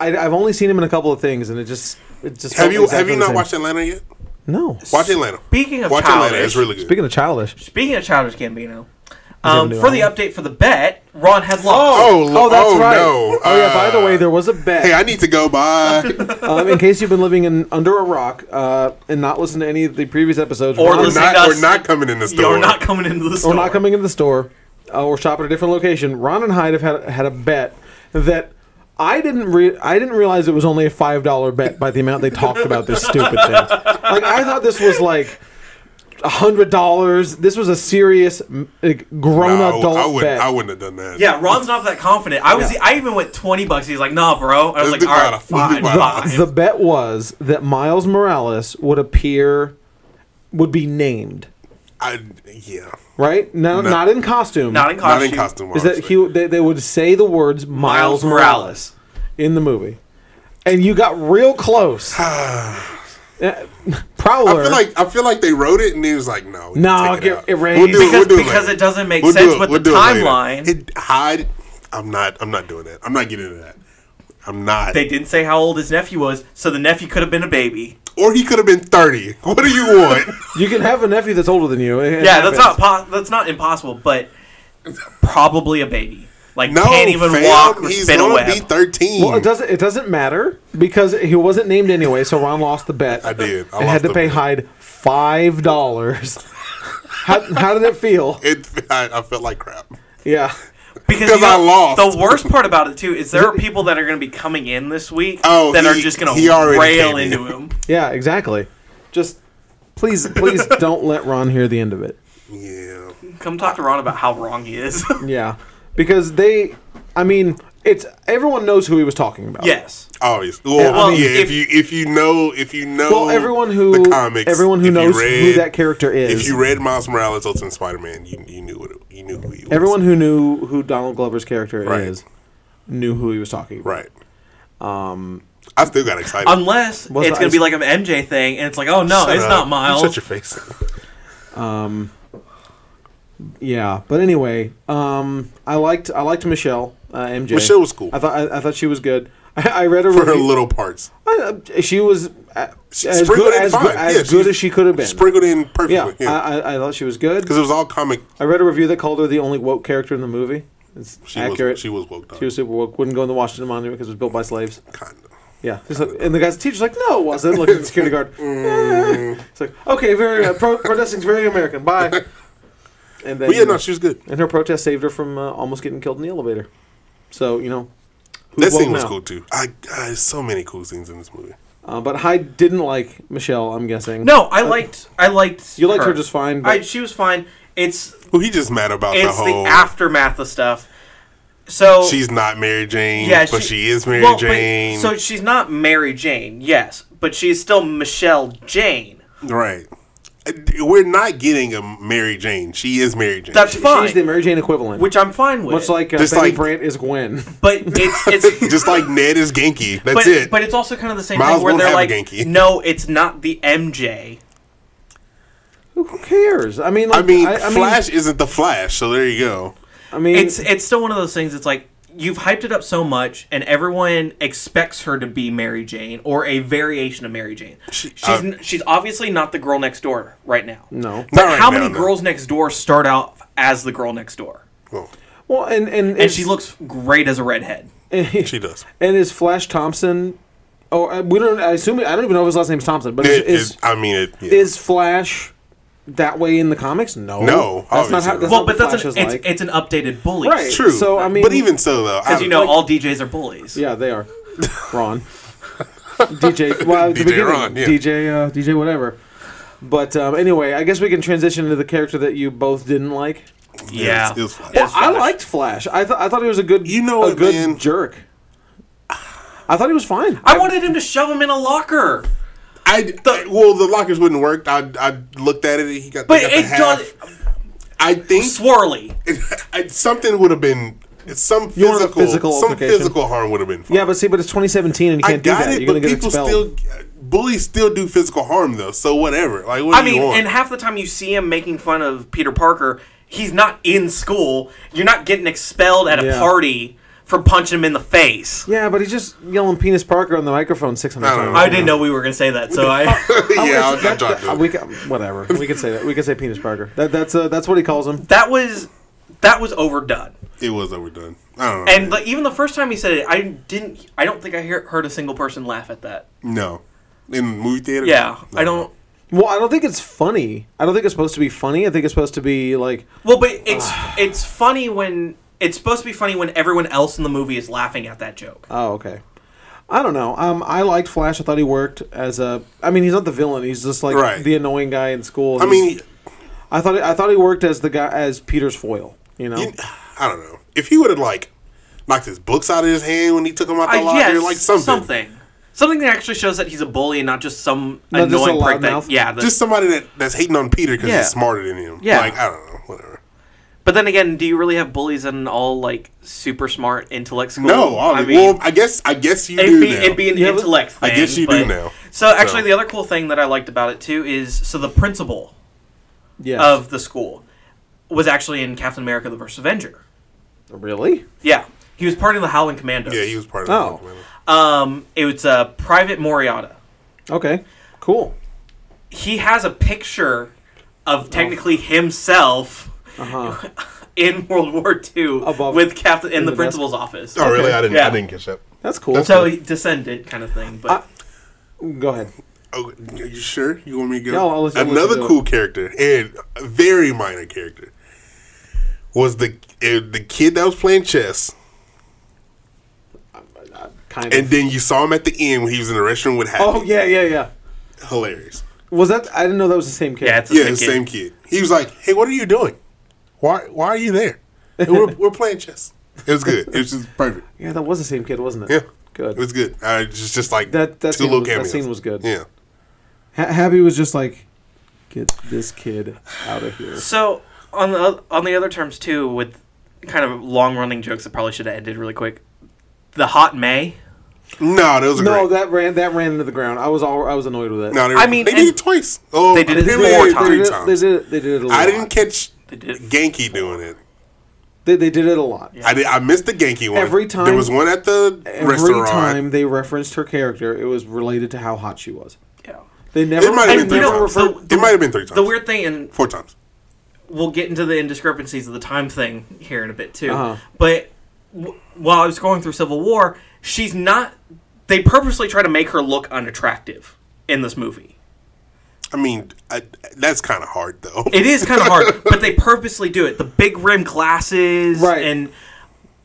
I I've only seen him in a couple of things, and it just it just
Have
felt
you have
exactly
you
the
not
same.
watched Atlanta yet?
No.
Watch Atlanta.
Speaking of
Watch Atlanta.
childish-
It's really good.
Speaking of childish,
Speaking of Childish Gambino,
have
um,
a new
for the
album?
update for the bet, Ron had lost.
Oh, lo-
oh, that's
oh,
right.
no.
Oh yeah. By the
Uh,
way, there was a bet.
hey, I need to go. Bye.
um, in case you've been living in under a rock uh, and not listened to any of the previous episodes,
Or
Ron-
We're
listening
not,
to us-
we're not coming in the store.
Oh, You're not coming into the store.
or not coming into the store, uh, or shop at a different location, Ron and Hyde have had had a bet that I didn't re- I didn't realize it was only a five dollar bet by the amount they talked about this stupid thing. Like I thought this was like. a hundred dollars. This was a serious, m- like, grown
Nah, I,
adult
I wouldn't.
bet.
I wouldn't have done that.
Yeah, Ron's not that confident. I was.
Yeah.
I even went twenty bucks. He's like, "Nah, bro." I was
Let's
like,
do
"All right,
five. Let's do
fine,
five.
fine."
The bet was that Miles Morales would appear, would be named,
I, yeah.
right? No,
No.
not in costume.
Not in
Not
costume.
in costume.
Is that
honestly.
he? They, they would say the words
Miles
Miles Morales
Morales.
in the movie, and you got real close. Uh, Prowler.
I feel like I feel like they wrote it and he was like, no, we
No,
can take
get
out.
erased.
We'll do it-
because,
we'll do it
because
later.
it doesn't make
We'll do
sense
it-
with
we'll
the
do it later.
timeline.
It hide. I'm not. I'm not doing that. I'm not getting into that. I'm not.
They didn't say how old his nephew was, so the nephew could have been a baby.
or he could have been thirty. What do you want?
you can have a nephew that's older than you. It
yeah, that's not
happens.
po- that's not impossible, but probably a baby. Like
No,
can't even
fam,
walk or
he's
spin a
gonna
web.
be thirteen.
Well, it doesn't. It doesn't matter because he wasn't named anyway. So Ron lost the bet.
I did. I
and had
lost
to
the
pay
bet.
Hyde five dollars. how, how did it feel?
It, I, I felt like crap.
Yeah.
because
'Cause
you know,
I lost.
The worst part about it too is there are people that are going to be coming in this week
Oh,
that
he-
are just going
he
to
already
rail
came in.
into him.
Yeah. Exactly. Just please, please don't let Ron hear the end of it.
Yeah.
Come talk to Ron about how wrong he is.
Yeah, because they, I mean, it's everyone knows who he was talking about.
yes.
Obviously. Well,
Well,
yeah,
if-
if, you if you know if you know
Well, everyone who
the comics,
everyone who
if you
knows who
read-
that character is,
If you read Miles Morales Ultimate Spider-Man, you, you knew what it, you knew who he was.
everyone who knew who Donald Glover's character
Right.
is knew who he was talking about.
right? I still got excited.
Unless
Was
it's
I-
going to be like an MJ thing, and it's like, oh no,
Shut
it's
up.
not
You
Miles.
Shut your face.
Yeah, but anyway, um, I liked I liked Michelle uh, MJ.
Michelle was cool.
I thought I, I thought she was good. I, I read a
For her
review-
little parts.
I- uh, she was uh,
She
as
sprinkled
good
in
as,
fine.
good, as,
Yeah,
good
she-
as she could have been.
Sprinkled in
yeah,
perfectly. Yeah.
I, I, I thought she was good.
Because it was all comic.
I read a review that called her the only woke character in the movie. It's
She
accurate.
was she was woke up.
She was super woke. Wouldn't go in the Washington Monument because it was built by slaves.
kind of.
Yeah, He's like- and the guy's teacher's like, "No, it wasn't." Look at the security guard. it's like, okay, very uh, pro- protesting's very American. Bye. And then,
But yeah, no, she was good.
and her protest saved her from uh, almost getting killed in the elevator. So you know, who's
That
woke
scene was
now?
cool too. I, I so many cool scenes in this movie.
Uh, but Hyde didn't like Michelle. I'm guessing.
No, I liked. I liked.
You liked her just fine, but-
I, she was fine. It's
Well, he just mad about
it's
the
the,
whole.
aftermath of stuff. So
she's not Mary Jane,
yeah,
but she is Mary
well, but-
Jane.
so she's not Mary Jane, yes, but she's still Michelle Jane.
right. Uh, We're not getting a Mary Jane. She is Mary Jane.
That's fine,
she's the Mary Jane equivalent,
which I'm fine with.
much like uh,
Just
Betty
like-
Brant is Gwen.
but it's it's
just like Ned is Genki. That's
but,
it.
but it's also kind of the same
Miles
thing where
won't
they're
have a
like,
Genki.
no, it's not the MJ.
Who cares? I mean,
I
like,
mean,
I, I
Flash isn't the Flash, so there you go.
I mean,
It's it's still one of those things. It's like you've hyped it up so much, and everyone expects her to be Mary Jane or a variation of Mary Jane. she's
uh,
n- she's obviously not the girl next door right now.
no.
But
Not right
how
now,
many
no.
girls next door start out as the girl next door?
Well,
Well, and and
And she looks great as a redhead.
she does.
And is Flash Thompson? Oh, uh, we don't. I assume I don't even know if his last name's Thompson. But
It-
is
it- I mean, it. yeah.
is Flash that way in the comics? No,
No,
That's not how.
obviously not.
That's not
Well, but
what Flash
that's an,
is
it's
like.
it's an updated bully.
Right.
True.
So, I mean-
but even so, though, I
As you
don't-
know, all DJs are bullies.
yeah, they are. Ron, DJ, well, at the
DJ
beginning,
Ron, yeah.
DJ, uh, DJ, whatever. But um, anyway, I guess we can transition to the character that you both didn't like.
Yeah.
it was Flash.
It's
I
Flash.
liked Flash. I thought I thought he was a good,
You know
a
what,
good
man?
jerk. I thought he was fine.
I wanted him to shove him in a locker.
I, I- well, the lockers wouldn't work. I, I looked at it. He got,
But
they got
it
the half.
does
I think
swirly.
I, something would have been some
You wanted a
physical,
physical
some
altercation.
physical harm would have been. Fine.
yeah, but see, but it's 2017 and you
I
can't do
got
that.
it,
You're gonna
but
get
people
expelled.
still bullies still do physical harm though. So whatever. Like what
I
do you
mean,
want?
and half the time you see him making fun of Peter Parker, he's not in school. You're not getting expelled at a
Yeah.
party for punching him in the face.
Yeah, but he's just yelling "penis Parker" on the microphone six hundred
I don't
times.
know.
I didn't know we were gonna say that, so I.
yeah, I'll, I'll
That-
talk
that-
to
we
him.
can, whatever. We can say that. We can say penis Parker. That, that's uh, that's what he calls him.
that was that was overdone.
It was overdone. I don't know.
And like, even the first time he said it, I didn't. I don't think I hear, heard a single person laugh at that.
no, in movie theater.
Yeah,
Mm. No.
I don't.
Well, I don't think it's funny. I don't think it's supposed to be funny. I think it's supposed to be like,
Well, but it's it's funny when it's supposed to be funny when everyone else in the movie is laughing at that joke.
oh, okay. I don't know. Um, I liked Flash. I thought he worked as a. I mean, he's not the villain. He's just like
Right.
the annoying guy in school.
I
He's-
mean,
I thought I thought he worked as the guy as Peter's foil. You know,
you- I don't know. If he would have like knocked his books out of his hand when he took them out the
I-
locker, like something.
Uh, something, Something that actually shows that he's a bully and not just some
Not just a
annoying prick.
loudmouth.
That, yeah, the-
Just somebody that, that's hating on Peter because
Yeah.
he's smarter than him.
Yeah.
Like I don't know, whatever.
but then again, do you really have bullies in all like super smart intellect school?
No, I,
I
mean, well, I guess I guess you
it'd
do
be,
now.
it'd be an
Yeah, but-
intellect.
I
Thing,
guess you do
but-
now.
So actually,
So-
the other cool thing that I liked about it too is so the principal
yeah.
of the school was actually in Captain America: The First Avenger.
really?
Yeah, he was part of the Howling Commandos.
yeah, he was part of. the
Oh.
Black Panther.
Um, it was uh, Private Moriarty.
Okay, cool.
he has a picture of technically himself
Uh-huh.
in World War II
Above-
with Captain in, the,
the
principal's office.
Oh really? I didn't.
Yeah.
I didn't catch that.
That's cool.
So he descendant kind of thing, but
Go ahead.
Oh, are you sure you want me to go?
No, I'll let- I'll let
Another
you do it.
cool character and a very minor character was the eh, the kid that was playing chess,
Kind of.
and then you saw him at the end when he was in the restroom with Happy.
oh yeah, yeah, yeah.
hilarious!
Was that? I didn't know that was the same character.
yeah, it's the
Yeah, the
same,
same
kid.
kid. He was like, "Hey, what are you doing? Why why are you there? And we're, we're playing chess." It was good. It was just perfect.
Yeah, that was the same kid, wasn't it?
Yeah,
Good.
It was good. I just just like
That- that
two
scene
little
was- that
cameos.
scene was good.
Yeah.
ha- Happy was just like, get this kid out of here.
So on the oth- on the other terms too, with kind of long running jokes that probably should have ended really quick. The hot May
No, those are
No,
great.
that ran that ran into the ground. I was all I was annoyed with it.
no, they
I mean,
they did
and-
it twice. Oh,
They did it
apparently
four
They
they three
did, it, they
times.
did it. They did it a lot.
I didn't catch
They did it
Genki doing it.
They, they did it a lot.
I did. I missed the Genki one.
Every time-
there was one at the
Every
restaurant.
time they referenced her character, it was related to how hot she was.
Yeah.
They never.
It might have
they
been three
never
times.
referred-
so-
it might have been three times.
The weird thing, and
four times.
we'll get into the indiscrepancies of the time thing here in a bit too.
Uh-huh.
But w- while I was going through Civil War, she's not. They purposely try to make her look unattractive in this movie.
I mean, I, that's kind of hard though.
It is kind of hard, but they purposely do it. The big rim glasses,
Right.
And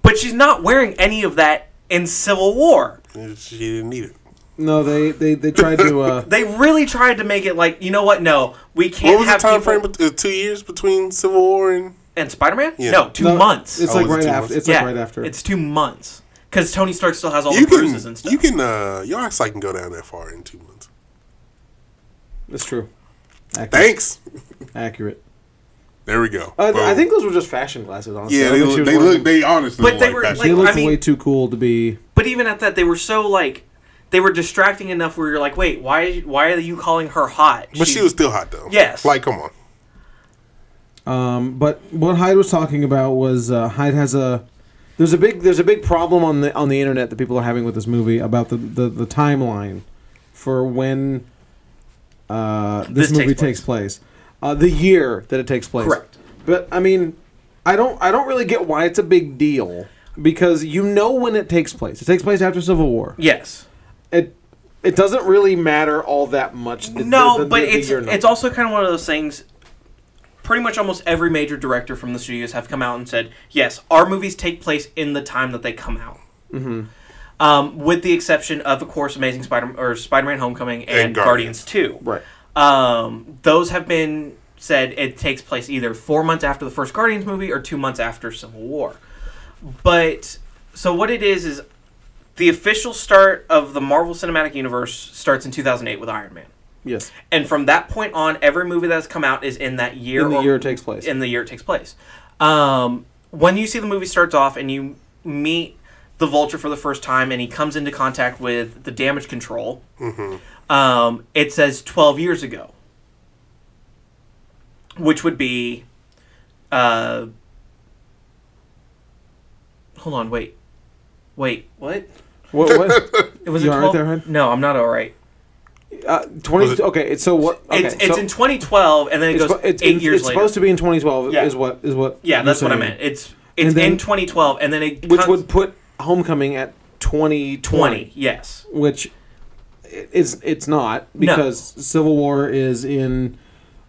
but she's not wearing any of that in Civil War.
she didn't need it.
no, they they they tried to. Uh,
They really tried to make it like you know what? No, we can't
What was the
have
time frame?
people
bet- uh, two years between Civil War and
and Spider Man.
Yeah.
No, two
no,
months.
It's
Oh,
like
was it
right
two
after.
months?
It's
yeah,
like right after.
It's two months because Tony Stark still has all
you
the bruises
can
and stuff.
you can uh your eyesight can go down that far in two months.
It's true. Accurate.
Thanks.
Accurate.
There we go.
Uh, I
Boom.
think those were just fashion glasses. Honestly, I
yeah,
don't
they
think she was
look, they
wearing
look
them.
they honestly
But
look
they
like
were,
fashion.
like,
They
I
looked
mean-
way too cool to be.
But even at that, they were so like they were distracting enough where you're like, wait, why? Why are you calling her hot?
but she
She's-
was still hot though.
Yes.
Like, come on.
Um, but what Hyde was talking about was uh, Hyde has a there's a big there's a big problem on the on the internet that people are having with this movie about the the, the timeline for when uh, this,
This
movie
takes
takes place, uh, the year that it takes place.
Correct.
But I mean, I don't I don't really get why it's a big deal because you know when it takes place. It takes place after Civil War.
yes.
It it doesn't really matter all that much. the-
No,
the- the-
but
the
it's
year number.
it's also kind of one of those things. Pretty much almost every major director from the studios have come out and said, yes, our movies take place in the time that they come out. Mm-hmm. Um, with the exception of, of course, Amazing Spider or Spider-Man: Homecoming and,
Guardians.
Guardians Two.
right.
Um, those have been said it takes place either four months after the first Guardians movie or two months after Civil War. But so what it is is the official start of the Marvel Cinematic Universe starts in 2008 with Iron Man,
Yes.
and from that point on, every movie that's come out is in that year.
In the
or-
year it takes place.
In the year it takes place. Um, when you see the movie starts off and you meet the Vulture for the first time, and he comes into contact with the Damage Control, um, it says 12 years ago, which would be. Uh, hold on, wait. Wait, what?
What, what?
It was
You
in
all right
12
there, hon?
No, I'm not all right.
Uh, twenty.
Was it-
okay, it's so what? Okay,
it's it's
so
in 2012, and then it
it's
goes
spo- it's,
eight
it's-
years
it's
later.
supposed to be in 2012.
Yeah.
Is what is what?
yeah,
you're
that's what I
saying.
meant. It's it's
And then-
in 2012, and then it
Which
comes-
would put Homecoming at 2020,
20. Yes,
which i- is it's not because Civil War is in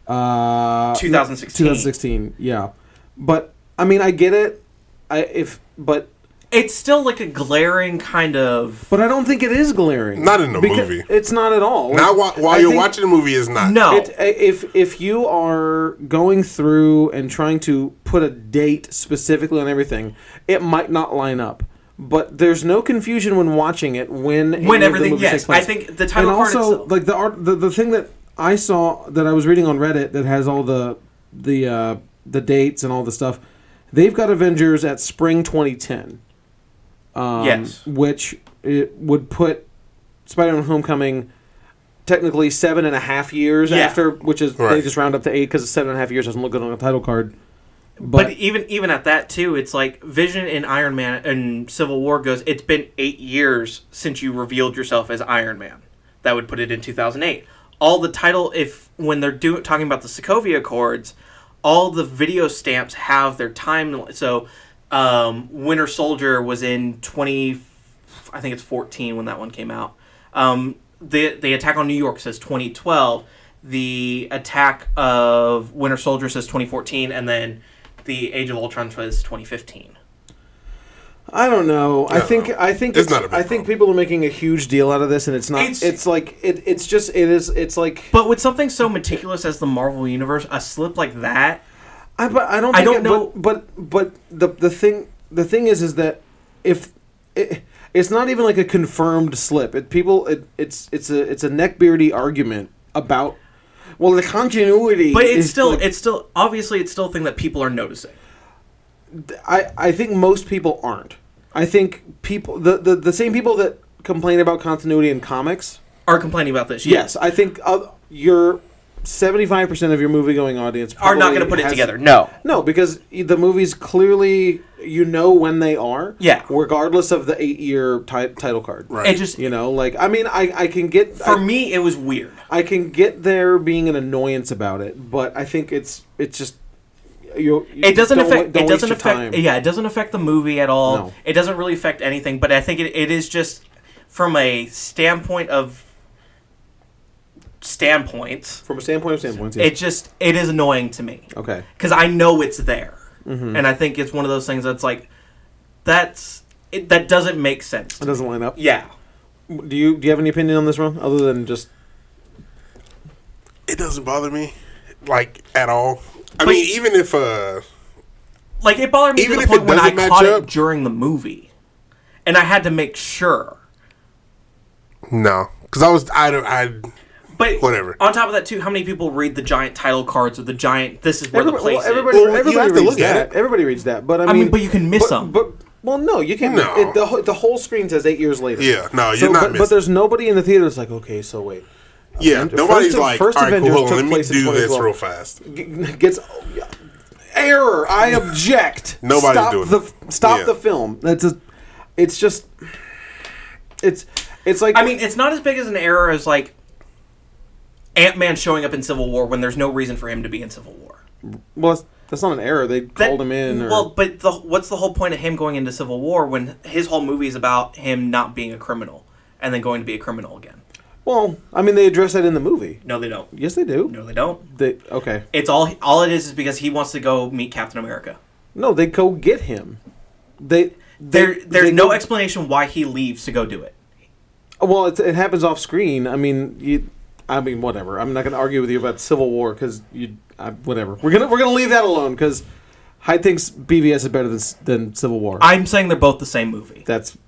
uh,
2016.
2016. Yeah, but I mean, I get it. I if but
it's still like a glaring kind of
but I don't think it is glaring.
Not in the
Because
movie.
It's not at all.
Not while, while
I
you're
think-
watching the movie is not.
no.
It, eh, if if you are going through and trying to put a date specifically on everything, it might not line up. But there's no confusion when watching it when any of the
everything-
movies
yes,
take place.
I think the title
and
card
also
itself-
like the art the, the thing that I saw that I was reading on Reddit that has all the the uh, the dates and all the stuff. They've got Avengers at spring 2010 um,
Yes.
which it would put Spider-Man: Homecoming technically seven and a half years
Yeah.
after, which is they
Right.
just round up to eight because seven and a half years doesn't look good on a title card.
but,
But,
even even at that too, it's like Vision and Iron Man and Civil War goes. It's been eight years since you revealed yourself as Iron Man. That would put it in 2008. All the title, if when they're do, talking about the Sokovia Accords, all the video stamps have their time. So, um, Winter Soldier was in 20. I think it's 14 when that one came out. Um, the the attack on New York says 2012. The attack of Winter Soldier says 2014, and then the Age of Ultron says 2015.
I don't know. I
No,
think
no.
I think
It's
it's,
not a big
I think
problem.
people are making a huge deal out of this, and it's not.
It's-
It's, like it, it's just it is. It's like
But with something so meticulous as the Marvel Universe, a slip like that,
I but I don't.
I
Think
don't
it-
know-
But, but but the the thing the thing is is that if it, it's not even like a confirmed slip. It people it, it's it's a it's a neckbeardy argument about well the continuity.
but it's
is,
still
like,
it's still obviously it's still a thing that people are noticing.
I I think most people aren't. I think people the the, the same people that complain about continuity in comics,
Are complaining about this?
yes, I think uh, your seventy-five percent of your movie-going audience
Are not
probably
going to put it
has-
together. No.
No, because the movies clearly you know when they are.
Yeah.
Regardless of the eight-year ti- title card.
Right.
It just
You know, like I mean, I I can get
for
I-
me it was weird.
I can get there being an annoyance about it, but I think it's it's just you. you
It doesn't
don't wa-
affect.
don't
It
waste
doesn't
your
affect.
time.
Yeah, it doesn't affect the movie at all.
No.
It doesn't really affect anything. But I think it, it is just from a standpoint of standpoints.
From a standpoint of standpoints, yeah.
It just it is annoying to me
okay. Mm-hmm.
because I know it's there, and I think it's one of those things that's like that's it, that doesn't make sense.
It doesn't line up.
Yeah,
Do you do you have any opinion on this one other than just
It doesn't bother me, like at all. I
But-
mean, even if uh,
like it bothered me
Even
to
if
the
it
point when I
doesn't match
caught
up-
it during the movie, and I had to make sure.
no, because I was I don't I
But
Whatever.
On top of that, too, how many people read the giant title cards or the giant? This is where
everybody?
the place
well,
is.
everybody,
Well, you
everybody
have to
reads
look at
that.
it.
Everybody reads that, but I mean,
I mean, but you can miss
but,
some.
But well, no, you can't.
No.
It, the, whole- the whole screen says eight years later.
Yeah, no, Oh, you're
So,
not
But, but
missing.
there's nobody in the theater that's like, okay, so wait,
yeah,
First-
nobody's
first
like, all
Avengers
right, cool, hold
took
on, let me
place in
do this
2012.
real fast.
G- gets error. I object.
Nobody's
stop
doing
the
it.
stop
Yeah.
the film. That's a, it's just it's it's like
I mean, it's not as big as an error as like Ant Man showing up in Civil War when there's no reason for him to be in Civil War.
well that's, that's not an error. They
That-
called him in. Or,
Well, but the, what's the whole point of him going into Civil War when his whole movie is about him not being a criminal and then going to be a criminal again?
well, I mean they address that in the movie.
No, they don't.
Yes, they do.
No, they don't.
They okay.
It's all all it is is because he wants to go meet Captain America.
No, they go get him. They, they
There, there's
they
no
go-
explanation why he leaves to go do it.
Well, it, it happens off screen. I mean, you, I mean, whatever. I'm not going to argue with you about Civil War because you, I, whatever. We're gonna we're gonna leave that alone because I thinks BVS is better than s- than Civil War.
I'm saying they're both the same movie.
That's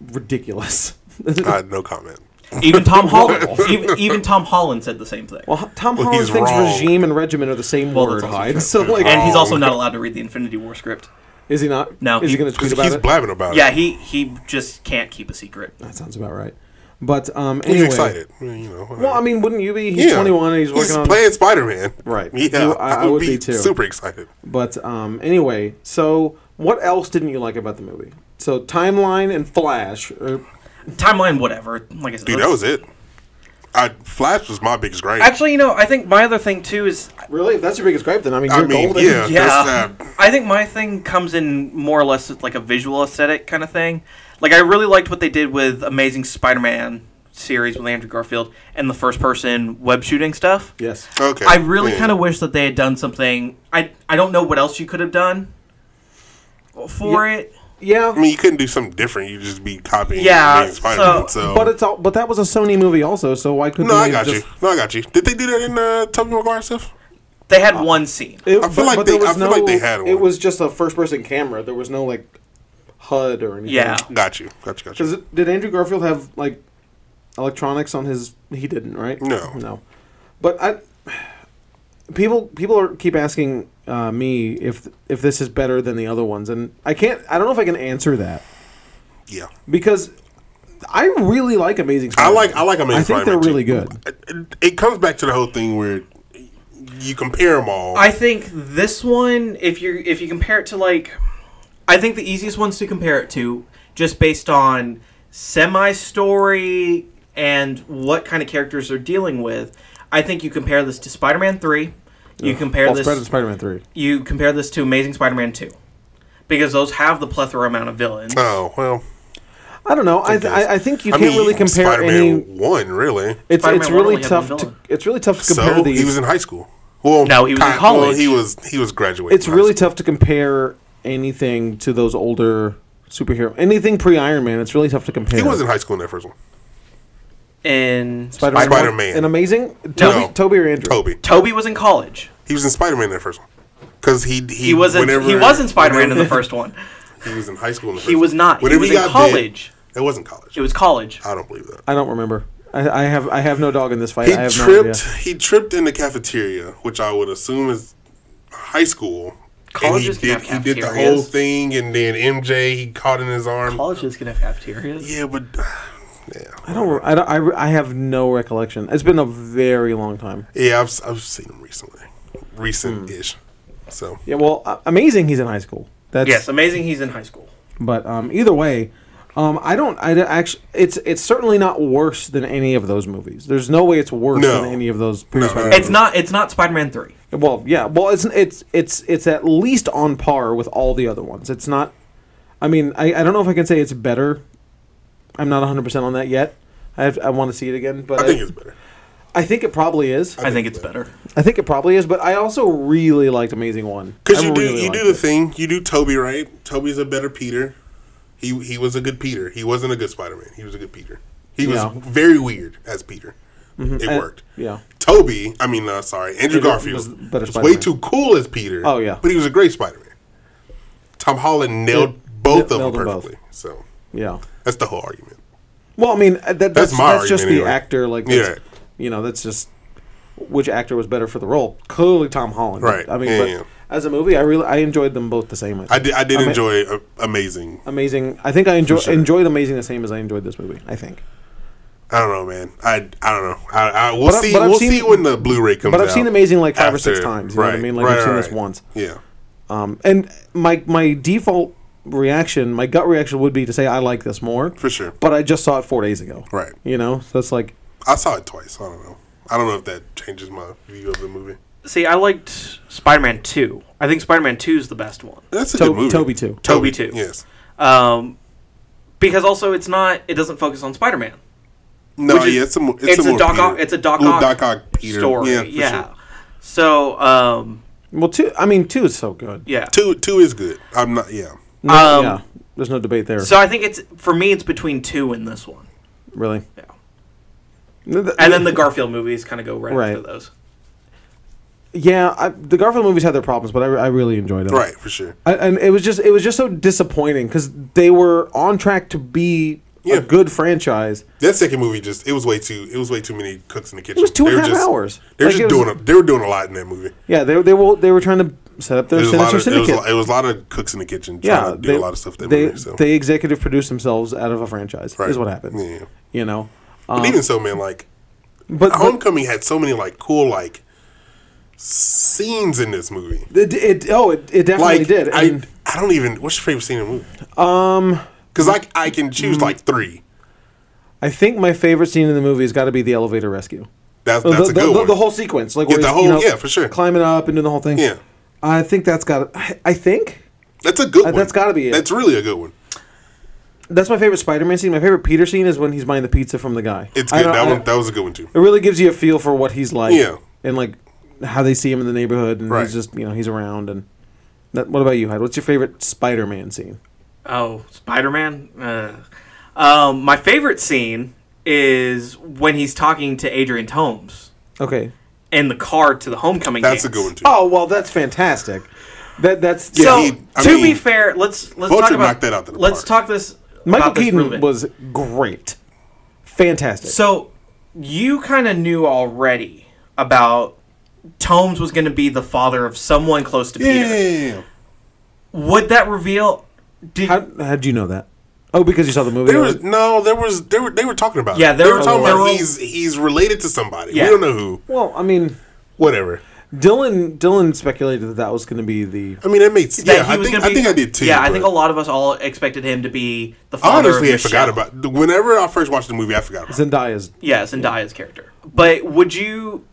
ridiculous.
Uh, no comment.
Even Tom Holland, even, even Tom Holland said the same thing.
well, Tom
Well,
Holland
he's
thinks
wrong.
regime and regiment are the same
Well,
word.
that's also
Hyde.
true.
So like,
and he's also
Wrong.
not allowed to read the Infinity War script.
is he not?
No,
Is he,
he-
going to tweet
Because
about
he's
it?
blabbing about
Yeah,
it.
he he just can't keep a secret.
That sounds about right. But um,
he's
anyway.
excited. I mean, you know,
Well, I mean, wouldn't you be? He's 21 and he's working on.
playing Spider Man.
Right.
Yeah,
You- I-
I,
I
would be,
too.
super excited.
But um, anyway, so what else didn't you like about the movie? So timeline and Flash. uh, Or,
Timeline, whatever. Like I said,
Dude, that
that's-
was it. I Flash was my biggest gripe.
Actually, you know, I think my other thing too is
really, if that's your biggest gripe, then I mean, you're
I mean,
golden.
yeah,
yeah.
that's uh,
I think my thing comes in more or less with, like a visual aesthetic kind of thing. Like I really liked what they did with Amazing Spider-Man series with Andrew Garfield and the first-person web shooting stuff.
Yes.
okay.
I really
yeah.
kind of wish that they had done something. I I don't know what else you could have done for it.
Yeah.
I mean, you couldn't do something different. You just be copying.
Yeah,
Amazing Spider-Man,
so-
so.
But it's all. But that was a Sony movie also. So why couldn't?
no,
they
I got
just,
you. No, I got you. Did they do that in uh, Tobey Maguire stuff?
They
Uh,
had one scene.
It,
I feel like they- I feel like they had
It
one.
was just a first-person camera. There was no like HUD or anything.
Yeah.
Got you. Got you. Got you.
Because did Andrew Garfield have like electronics on his? He didn't, right?
No.
No. But I people people are keep asking uh, me if if this is better than the other ones, and I can't. I don't know if I can answer that
Yeah.
because I really like Amazing.
I
Spider-Man.
like. I like Amazing
I think
Spider-Man.
they're
too.
really good.
It, it comes back to the whole thing where you compare them all.
I think this one, if you if you compare it to like, I think the easiest ones to compare it to, just based on semi story and what kind of characters they're dealing with, I think you compare this to Spider Man three. You compare
Well,
this.
Spider- Spider-Man Three.
You compare this to Amazing Spider Man two, because those have the plethora amount of villains.
oh well.
I don't know. I, th-
guess.
I I think you
I
can't
mean,
really compare
Spider-Man
any.
one really.
It's
Spider-Man
it's
one
really
only had one
tough to
villain.
it's really tough to compare
so
these.
he was in high school. Well,
No, he was in
ki- Well,
college.
he was he was graduating.
it's
high
really
school.
tough to compare anything to those older superhero anything pre Iron Man. It's really tough to compare.
he was in high school in that first one.
And
Spider-Man.
Spider-Man.
An amazing Toby,
No.
Toby or Andrew.
Toby.
Toby was in college.
He was in Spider-Man in that first one. Because he he,
He wasn't. he wasn't Spider Man in the first one.
He was in high school. In the first
He was
one.
not.
Whenever
he was in
got bit-
college.
it wasn't college.
It was college.
I don't believe that.
I don't remember. I, I have I have no dog in this fight.
He
I have no
tripped.
idea.
he tripped in the cafeteria, which I would assume is high school.
Colleges can
and
have
he did. He did the
cafeterias.
whole thing, and then MJ he caught in his arm.
Colleges can have cafeterias.
Yeah, but
I
Yeah,
don't. I don't. I, re- I have no recollection. It's been a very long time.
yeah, I've I've seen him recently, recent ish. So
Yeah. Well, uh, amazing. He's in high school. That's
Yes, amazing. He's in high school.
But um, either way, um, I don't. I actually, it's it's certainly not worse than any of those movies. There's no way it's worse
No.
than any of those. previous
no, no.
Spider-Man
It's not. It's not Spider-Man three.
movies. Well, yeah. Well, it's it's it's it's at least on par with all the other ones. It's not. I mean, I, I don't know if I can say it's better. I'm not 100 percent on that yet. I have, I want to see it again, but
I think it's better.
I think it probably is.
I think it's better.
I think it probably is, but I also really liked Amazing One
Because
I
you do
really
you
liked
do the
it.
thing. You do Toby right. Toby's a better Peter. He he was a good Peter. He wasn't a good Spider Man. He was a good Peter. He was
Yeah. Mm-hmm.
very weird as Peter. It
And-
worked.
Yeah.
Toby, I mean, uh, sorry, Andrew
Andrew
Garfield
was
was,
better
way
Spider-Man.
too cool as Peter.
Oh, yeah.
but he was a great Spider Man. Tom Holland nailed
nailed
both of
them
them
both.
perfectly. So
Yeah.
that's the whole argument.
Well, I mean, uh, that, that's that's,
my
just the
argument anyway.
actor. Like,
Yeah.
that's- you know, that's just which actor was better for the role. Clearly, Tom Holland.
Right.
I mean,
Yeah,
but
yeah.
as a movie, I really I enjoyed them both the same.
I
think.
did I did
Ama-
enjoy a, amazing.
Amazing. I think I enjoy,
sure.
enjoyed Amazing the same as I enjoyed this movie. I think.
I don't know, man. I I don't know. I, I we'll
But I-
see.
but I've
we'll
seen-
see when the Blu-ray comes.
But I've seen
out
Amazing like five or six
after-
times. You know what I mean? Like I've seen this once.
Yeah.
Um, and my my default reaction, my gut reaction would be to say I like this more.
For sure.
But I just saw it four days ago.
Right.
You know, so it's like
I saw it twice. I don't know. I don't know if that changes my view of the movie.
See, I liked Spider-Man Two. I think Spider-Man Two is the best one.
That's a
To-
good movie.
Toby too.
Toby too.
Yes.
Um, because also it's not. It doesn't focus on Spider-Man.
No,
Which is-
yeah, it's a mo-
It's,
more
a Doc.
Peter-
Ock, it's a Doc
little
Ock,
Ock Peter.
story. Yeah.
for sure.
So um,
well, two. I mean, two is so good.
yeah.
Two two is good. I'm not. Yeah.
No,
Um,
yeah. There's no debate there.
So I think it's for me. It's between two and this one.
Really?
Yeah.
No, th-
And then the Garfield movies kind of go right,
Right.
after those.
yeah, I, the Garfield movies had their problems, but I, re- I really enjoyed them.
Right. For sure.
I, and it was just it was just so disappointing because they were on track to be
Yeah.
a good franchise.
That second movie just it was way too it was way too many cooks in the kitchen.
It was two
They
and a
were
half
just-
hours.
They were
Like,
just
it was-
doing a, they were doing a lot in that movie.
Yeah, they they were they were trying to set up their
There was a lot
sinister
of there was a,
syndicate.
lot- it was a lot of cooks in the kitchen trying
yeah,
to do
they,
a lot of stuff that
they
movie. So.
they executive produced themselves out of a franchise.
Right.
Is what happened.
Yeah.
You know,
But even so, man, like
um, but, but
Homecoming had so many like cool like scenes in this movie.
it, it oh it, it definitely
Like
did.
I,
And
I don't even. What's your favorite scene in the movie? Um, because I I can
mm.
choose like three.
I think my favorite scene in the movie has got to be the elevator rescue.
That's
Well,
that's
Oh, the,
a good
the,
one.
the whole sequence, like
Yeah,
where
the
he's, you
whole-
know,
yeah, for sure.
climbing up and doing the whole thing.
Yeah.
I think that's got. I I think
that's a good one.
that's gotta be it.
That's really a good one.
that's my favorite Spider-Man scene. My favorite Peter scene is when he's buying the pizza from the guy.
It's
I
good.
don't-
That
I-
one that was a good one too.
It really gives you a feel for what he's like.
Yeah.
and like how they see him in the neighborhood, and
Right.
he's just you know he's around. And that, what about you, Hyde? What's your favorite Spider-Man scene?
Oh, Spider Man. Uh, um, my favorite scene is when he's talking to Adrian Tomes
Okay.
in the car to the homecoming.
That's a
dance.
good one too.
Oh well, that's fantastic. That that's
Yeah,
so
he- I
to
mean,
be fair, let's let's
Vulture
talk about
knocked that out of the
let's
park.
talk this.
Michael
about this real
Keaton
bit.
was great, fantastic.
so you kind of knew already about Tomes was going to be the father of someone close to
yeah,
Peter.
yeah, yeah, yeah.
Would that reveal? Did
how how do you know that? Oh, because you saw the movie.
There was no. There was. They were. They were talking about. it.
Yeah, there
they were
were-
talking
there
about
were-
he's he's related to somebody.
Yeah.
We don't know who.
well, I mean.
Whatever.
Dylan Dylan speculated that that was going to be the
I mean, that made.
that
Yeah,
he
I
was
think.
gonna
I
be-
think I did too.
Yeah, I think a
but
lot of us all expected him to be the
I
father.
Honestly,
of
I forgot
Michelle.
about. Whenever I first watched the movie, I forgot about. it.
Zendaya's.
Yeah, Zendaya's character. But would you?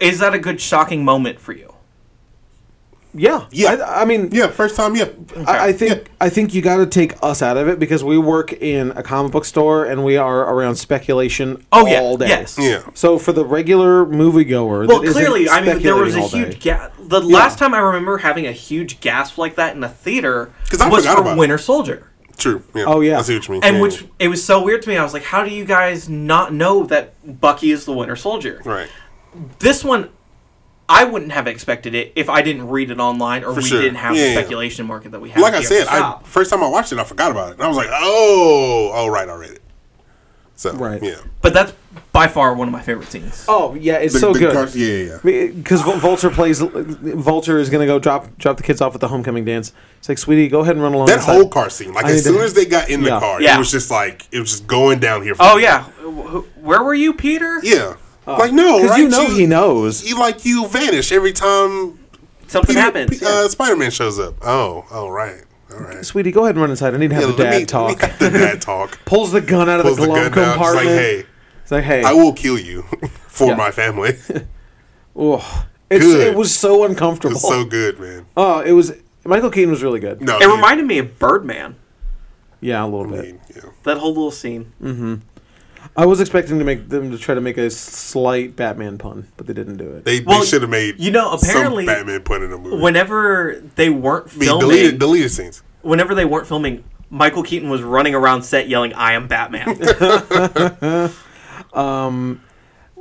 Is that a good shocking moment for you?
Yeah,
Yeah.
I, I mean,
Yeah, first time. Yeah.
I, I think I think you got to take us out of it because we work in a comic book store and we are around speculation
Oh, yeah,
all day.
yes.
Yeah.
So for the regular moviegoer,
Well,
that isn't
clearly, I mean, there was
speculating
a
all
huge
day-
gasp. The last time I remember having a huge gasp like that in a theater
'Cause I
was
forgot
for
about it.
Winter Soldier,
True. Yeah.
Oh, yeah.
I see what you mean.
and
Yeah,
which it was so weird to me. I was like, "How do you guys not know that Bucky is the Winter Soldier?"
yeah. right.
This one, I wouldn't have expected it if I didn't read it online or we
sure.
didn't have
Yeah,
the
yeah.
speculation market that we have.
Like I
here at
said,
the
I
shop.
first time I watched it, I forgot about it, and I was like, "Oh, oh right, I read it." So
Right.
Yeah.
but that's
by far one of my favorite scenes.
Oh yeah, it's
The-
so
the
good.
car- yeah, yeah, yeah.
because Vulture plays. Vulture is gonna go drop drop the kids off at the homecoming dance. It's like, sweetie, go ahead and run along.
That
the side."
whole car scene, like
I
as
need to-
soon as they got in the
Yeah.
car,
Yeah.
it was just like it was just going down here.
Oh yeah, Wh- where were you, Peter?
yeah. Like no,
because
right?
you know he knows.
You like you vanish every time
Something
Peter-
happened.
P- uh, Spider Man shows up. Oh, oh right, all right.
Sweetie, go ahead and run inside. I need to have
Yeah,
a dad
let me-
talk.
let me have the dad talk.
Pulls the gun out of
Pulls
the
the
glove
gun down. Just like,
compartment.
hey,
it's like, hey,
I will kill you for
Yeah.
my family.
oh, it's,
Good.
it was so uncomfortable.
It's so good, man.
oh, it was. Michael Keaton was really good.
No,
It
you-
reminded me of Birdman.
Yeah, a little bit.
you- yeah.
That whole little scene.
Mm. I was expecting to make them to try to make a slight Batman pun, but they didn't do it.
They,
Well,
they should have made
you know, apparently-
some Batman put in a movie.
Whenever they weren't
I mean,
filming,
deleted deleted scenes.
whenever they weren't filming, Michael Keaton was running around set yelling, "I am Batman."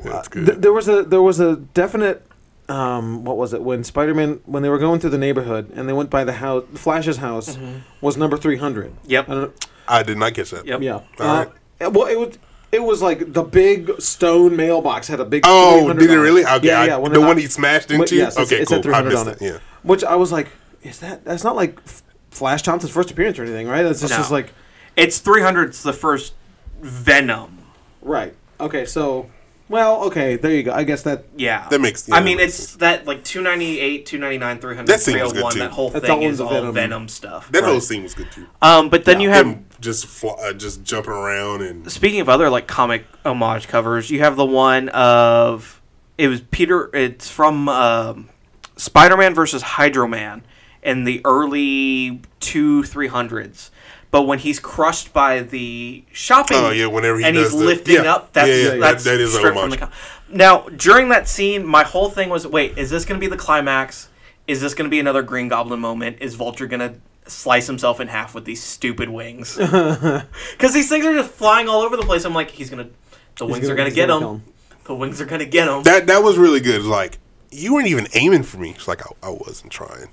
That's good.
Th- there was a there was a definite um, what was it when Spider-Man when they were going through the neighborhood and they went by the house Flash's house was number 300.
Yep.
I don't
I did not catch that.
Yep.
know, yeah. Uh,
Alright.
it- Well, it was it was like the big stone mailbox had a big
Oh,
300
did it
on
really? Okay,
Yeah,
I-
yeah, when
the
it-
one he smashed
when-
into?
Yes, it's-
Okay,
it's
cool.
at 300
I
on it.
missed it, yeah.
Which I was like is that that's not like F- Flash Thompson's first appearance or anything, right? That's just,
No.
just like
it's 300's the first Venom.
right. Okay, so well, okay, there you go. I guess that
Yeah.
That makes-
I
yeah,
mean,
that
it's that like 298, 299, 300,
That scene was good,
301,
too.
that whole
That's
thing
all
is
the
all
Venom.
Venom, stuff.
That whole
Right.
scene was good too.
Um, but then you have
Him just fl- uh, just jumping around and
speaking of other like comic homage covers, you have the one of it was Peter. It's from um, Spider Man versus Hydro Man in the early two three hundreds. But when he's crushed by the shopping,
Oh, yeah, whenever he
and
does
he's
the-
lifting
yeah,
up, that's
yeah, yeah,
that's
that- that is a
straight from the
homage.
com- Now during that scene, my whole thing was, wait, is this going to be the climax? Is this going to be another Green Goblin moment? Is Vulture going to slice himself in half with these stupid wings? Because these things are just flying all over the place. I'm like, he's gonna, the wings
gonna-
are gonna
he's
get
gonna
him.
kill him.
The wings are gonna get him.
that that was really good. Like you weren't even aiming for me. She's like I, I wasn't trying.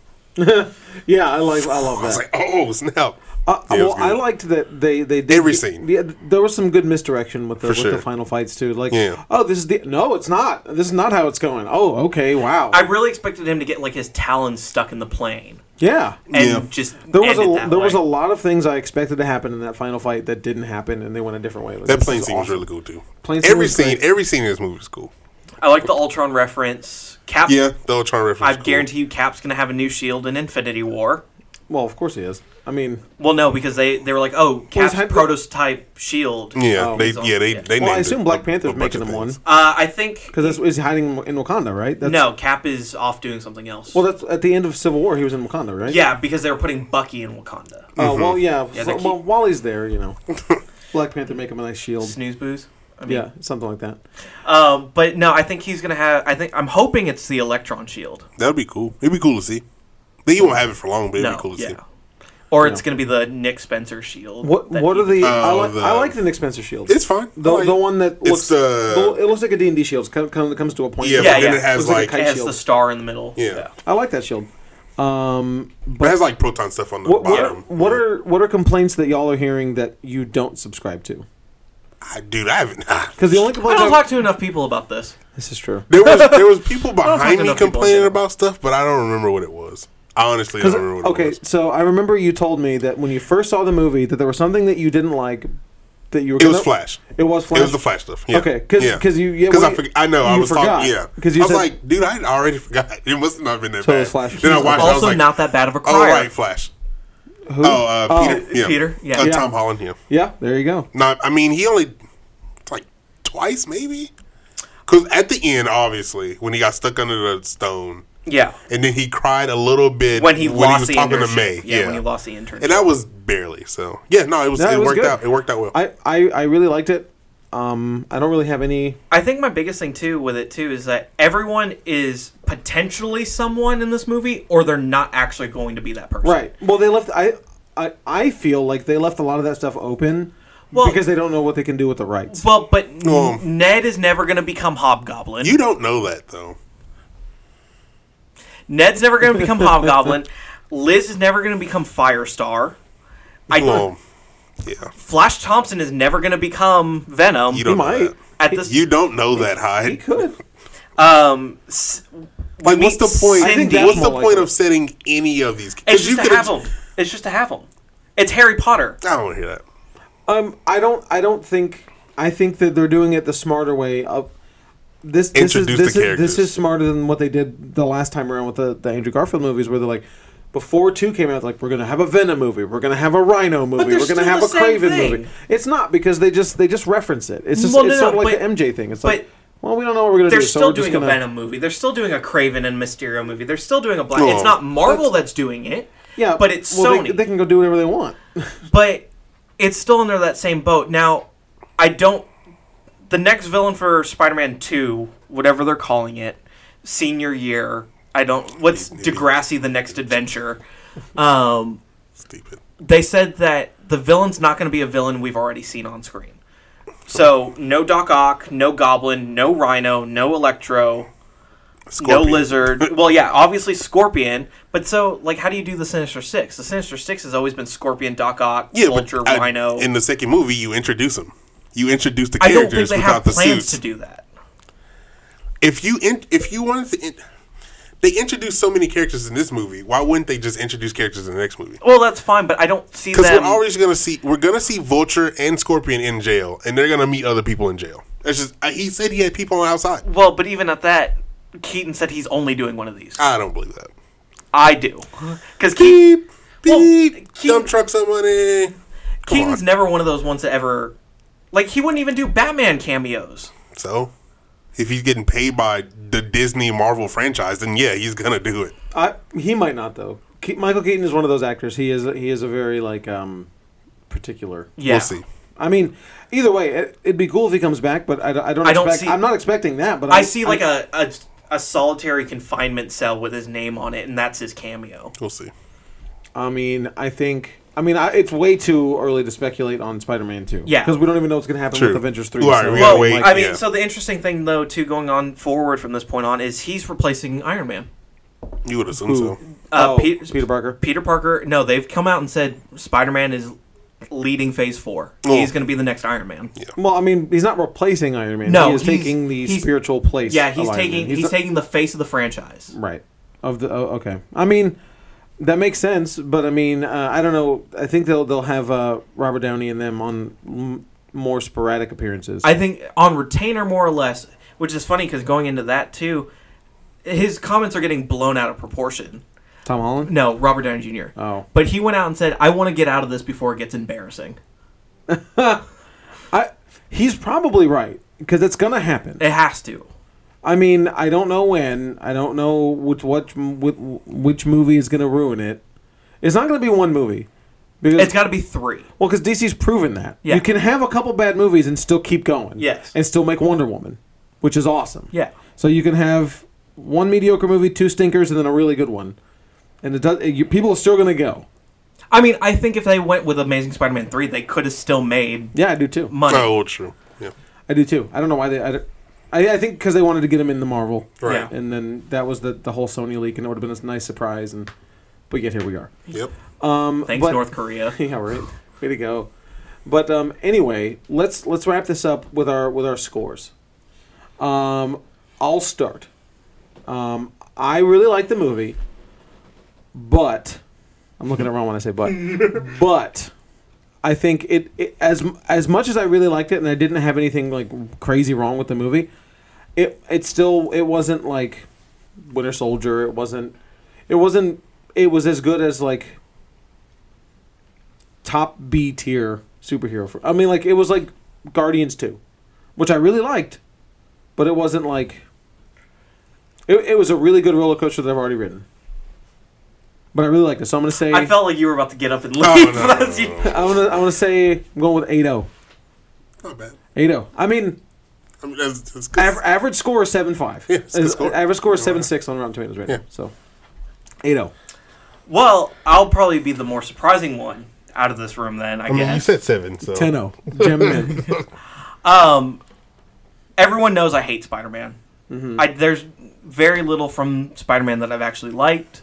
yeah, I like I love
I was
that.
like oh snap.
Uh,
Yeah, it
well,
was
I
good.
liked that they they did
Every scene.
Yeah, there was some good misdirection with the with the
sure.
final fights too. Like,
Yeah.
oh, this is the no, it's not. This is not how it's going. Oh, okay, wow.
I really expected him to get like his talons stuck in the plane
yeah,
and
Yeah.
just
there was
end it
a
that
there was a
way.
lot of things I expected to happen in that final fight that didn't happen, and they went a different way. It was-
That
this
plane
is
scene was
awesome.
really cool too.
Plane scene
every
was
scene,
great.
every scene in this movie is cool.
I like the Ultron reference. Cap.
Yeah, the Ultron reference.
I
is cool.
guarantee you, Cap's gonna have a new shield in Infinity War.
Well, of course he is. I mean,
Well, no, because they they were like, oh, Cap's
hyper-
prototype shield.
Yeah,
Oh,
they
he's on-
yeah they
yeah.
they.
well, I
named
assume
it
Black
a-
Panther's
a bunch
making
of
him one
things.
Uh, I think
because that's he's hiding in Wakanda, right? That's,
no, Cap is off doing something else.
Well, that's at the end of Civil War. He was in Wakanda, right?
yeah, because they were putting Bucky in Wakanda.
Uh,
Mm-hmm.
Well, yeah.
Yeah,
so-
they keep-
well, while he's there, you know, Black Panther make him a nice shield.
Snooze booze. I mean,
Yeah, something like that.
Um, but no, I think he's gonna have. I think I'm hoping it's the electron shield.
That'd be cool. It'd be cool to see. Then you won't have it for long, but it'd
No,
be cool to
yeah.
see.
Or it's gonna be the Nick Spencer shield.
What
that
what
he-
are the,
Oh,
I, like,
the-
I like the Nick Spencer shield.
It's fine.
the,
I like
the
it.
one that
It's
looks
the-
the, it looks like a D and D shield. Come, come, comes to a point.
Yeah,
Yeah,
but then
yeah.
it has
Looks like a
like,
kite.
It has
shield?
the star in the middle.
Yeah.
I like that shield. Um,
but it has like proton stuff on the
what what,
bottom.
what are what are complaints that y'all are hearing that you don't subscribe to?
I, dude? I haven't.
Because the only
I
complaints
don't
I've-
talk to enough people about this.
this is true.
There was there was people
talk to
behind me
enough people in
complaining
general.
about stuff, but I don't remember what it was. I honestly don't
'Cause-
remember what
okay,
it was.
so I remember you told me that when you first saw the movie that there was something that you didn't like that you were.
It was
gonna-
Flash.
It was Flash.
It was the Flash stuff. Yeah.
Okay, 'cause-
yeah.
'cause you- yeah,
because
when
I
you-
forg- I know I
you
was
forgot.
talking yeah
'Cause you
I was
said-
like dude I already forgot it must not have been that
So it
bad.
was Flash.
Then I watched it, I was
Also,
like
not that bad of a
oh
crier.
right Flash oh uh, Peter yeah.
Peter, yeah.
Uh,
Yeah.
Tom Holland yeah
Yeah, there you go.
not I mean he only like twice maybe because at the end obviously when he got stuck under the stone
Yeah.
and then he cried a little bit
When he lost
was
the
talking
internship.
to May
Yeah, When he lost the internship.
and that was barely so yeah no it was
No,
it,
it was
worked
good.
out it worked out well
I, I, I really liked it. Um, I don't really have any.
I think my biggest thing too with it too is that everyone is potentially someone in this movie, or they're not actually going to be that person.
Right. Well, they left. I, I, I feel like they left a lot of that stuff open
Well-
because they don't know what they can do with the rights.
Well, but N-
Well-
Ned is never going to become Hobgoblin.
you don't know that though
Ned's never going to become Hobgoblin. Liz is never going to become Firestar. I
well Yeah,
Flash Thompson is never going to become Venom.
you don't know
might.
that.
at this,
You don't know that, Hyde.
He could.
um, s-
Like,
we
what's the
meet
point?
I think
Cindy.
that's
What's the
more
point
likely.
of setting any of these?
It's
Because
just to have him. It's just to have him. It's Harry Potter.
I don't want to hear that.
Um, I don't. I don't think. I think that they're doing it the smarter way. Of this, this is
Introduce
this
the
is, this is
characters.
smarter than what they did the last time around with the, the Andrew Garfield movies, where they're like, before two came out, like we're gonna have a Venom movie, we're gonna have a Rhino movie,
they're
we're gonna
still
have
the
a
same
Craven
thing.
movie. It's not because they just they just reference it. It's just
Well,
it's
no,
sort of
no,
like
but-
the MJ thing. It's like,
but
well, we don't know what we're gonna
They're
do, so
still
we're just
doing
gonna.
a Venom movie. They're still doing a Craven and Mysterio movie. They're still doing a Black.
Oh.
it's not Marvel that's, doing it.
Yeah,
but it's
well,
Sony.
They, they can go do whatever they want.
but it's still under that same boat. Now, I don't. The next villain for Spider-Man Two, whatever they're calling it, senior year. I don't. What's Degrassi? The next adventure. Um,
Stupid.
they said that the villain's not going to be a villain we've already seen on screen. So no Doc Ock, no Goblin, no Rhino, no Electro,
Scorpion.
no Lizard. well, yeah, obviously Scorpion. But so, like, how do you do the Sinister Six? The Sinister Six has always been Scorpion, Doc Ock,
Yeah, but
Vulture,
I-
Rhino.
In the second movie, you introduce him. You introduce the
I don't think
characters
they
without
have
the
plans
suits.
to do that.
If you in, if you wanted to, in, they introduced so many characters in this movie. Why wouldn't they just introduce characters in the next movie?
Well, that's fine, but I don't see
Because
them.
we're always gonna see we're gonna see Vulture and Scorpion in jail, and they're gonna meet other people in jail. It's just I- he said he had people on outside.
well, but even at that, Keaton said he's only doing one of these.
I don't believe that.
I do, because Keaton,
Beep beep.
Keaton-
dump truck somebody. Come
Keaton's
on.
never one of those ones that ever, like, he wouldn't even do Batman cameos.
So, if he's getting paid by the Disney Marvel franchise, then yeah, he's gonna do it.
I, he might not though. Ke- Michael Keaton is one of those actors. He is he is a very like um particular.
Yeah,
We'll see.
I mean, either way, it, it'd be cool if he comes back, but I, don't- I don't.
I don't
expect,
see-
I'm not expecting that, but
I see like
a
a a a solitary confinement cell with his name on it, and that's his cameo.
We'll see.
I mean, I think. I mean, I, it's way too early to speculate on Spider-Man Two.
Yeah.
because we don't even know what's going to happen
True.
with Avengers Three.
Right, we gotta
Well,
wait.
I mean,
yeah.
so the interesting thing though, too, going on forward from this point on, is he's replacing Iron Man.
You would assume so.
Uh,
oh,
Peter-
Peter, Parker.
Peter Parker, no, they've come out and said Spider Man is leading Phase Four.
Oh.
He's going to be the next Iron Man. Yeah,
Well, I mean, he's not replacing Iron Man.
No,
he is
he's-
taking the
he's-
spiritual place. of Iron
he's
Man.
taking he's,
not-
taking the face of the franchise.
Right. Of the oh, okay. I mean, that makes sense, but I mean, uh, I don't know. I think they'll they'll have uh, Robert Downey and them on m- more sporadic appearances.
I think on retainer more or less, which is funny because going into that too, his comments are getting blown out of proportion.
Tom Holland.
No, Robert Downey Jr.
Oh.
But he went out and said, "I want to get out of this before it gets embarrassing."
I he's probably right because it's gonna happen.
It has to.
I mean, I don't know when. I don't know which what which, which movie is gonna ruin it. It's not gonna be one movie. Because,
It's got to be three.
well, because DC's proven that
Yeah.
you can have a couple bad movies and still keep going.
Yes.
and still make Wonder Woman, which is awesome.
Yeah.
So you can have one mediocre movie, two stinkers, and then a really good one, and it does. You, people are still gonna go.
I mean, I think if they went with Amazing Spider-Man three, they could have still made
Yeah, I do too.
money.
Oh, well, true. Yeah.
I do too. I don't know why they. I, don't- I, I think because they wanted to get him in the Marvel,
Right.
and then that was the the whole Sony leak, and it would have been a nice surprise. And but yet here we are.
Yep.
Thanks,
but-
North Korea.
yeah, right. Way to go. But um, anyway, let's let's wrap this up with our with our scores. Um, I'll start. Um, I really like the movie, but I'm looking at wrong when I say but. but I think it, it as as much as I really liked it, and I didn't have anything like crazy wrong with the movie. It it still it wasn't like Winter Soldier. It wasn't. It wasn't. It was as good as like top B tier superhero. For, I mean, like it was like Guardians Two, which I really liked, but it wasn't like. It, it was a really good roller coaster that I've already ridden. But I really liked it, so I'm gonna say
I felt like you were about to get up and leave.
Oh, no, no, no,
That's-
no, no.
I'm gonna I'm gonna say I'm going with 8-0.
Not bad.
8-0. oh. I mean,
I mean, that's, that's good.
Aver- average score is seven five.
Yeah, it's a good score.
Average score is
You know
seven six on Rotten Tomatoes right
Yeah.
now. So eight oh, zero.
Well, I'll probably be the more surprising one out of this room. Then I,
I mean, you
guess.
said seven, so
10-0. Gem in.
Um, everyone knows I hate Spider Man.
Mm-hmm.
I There's very little from Spider Man that I've actually liked.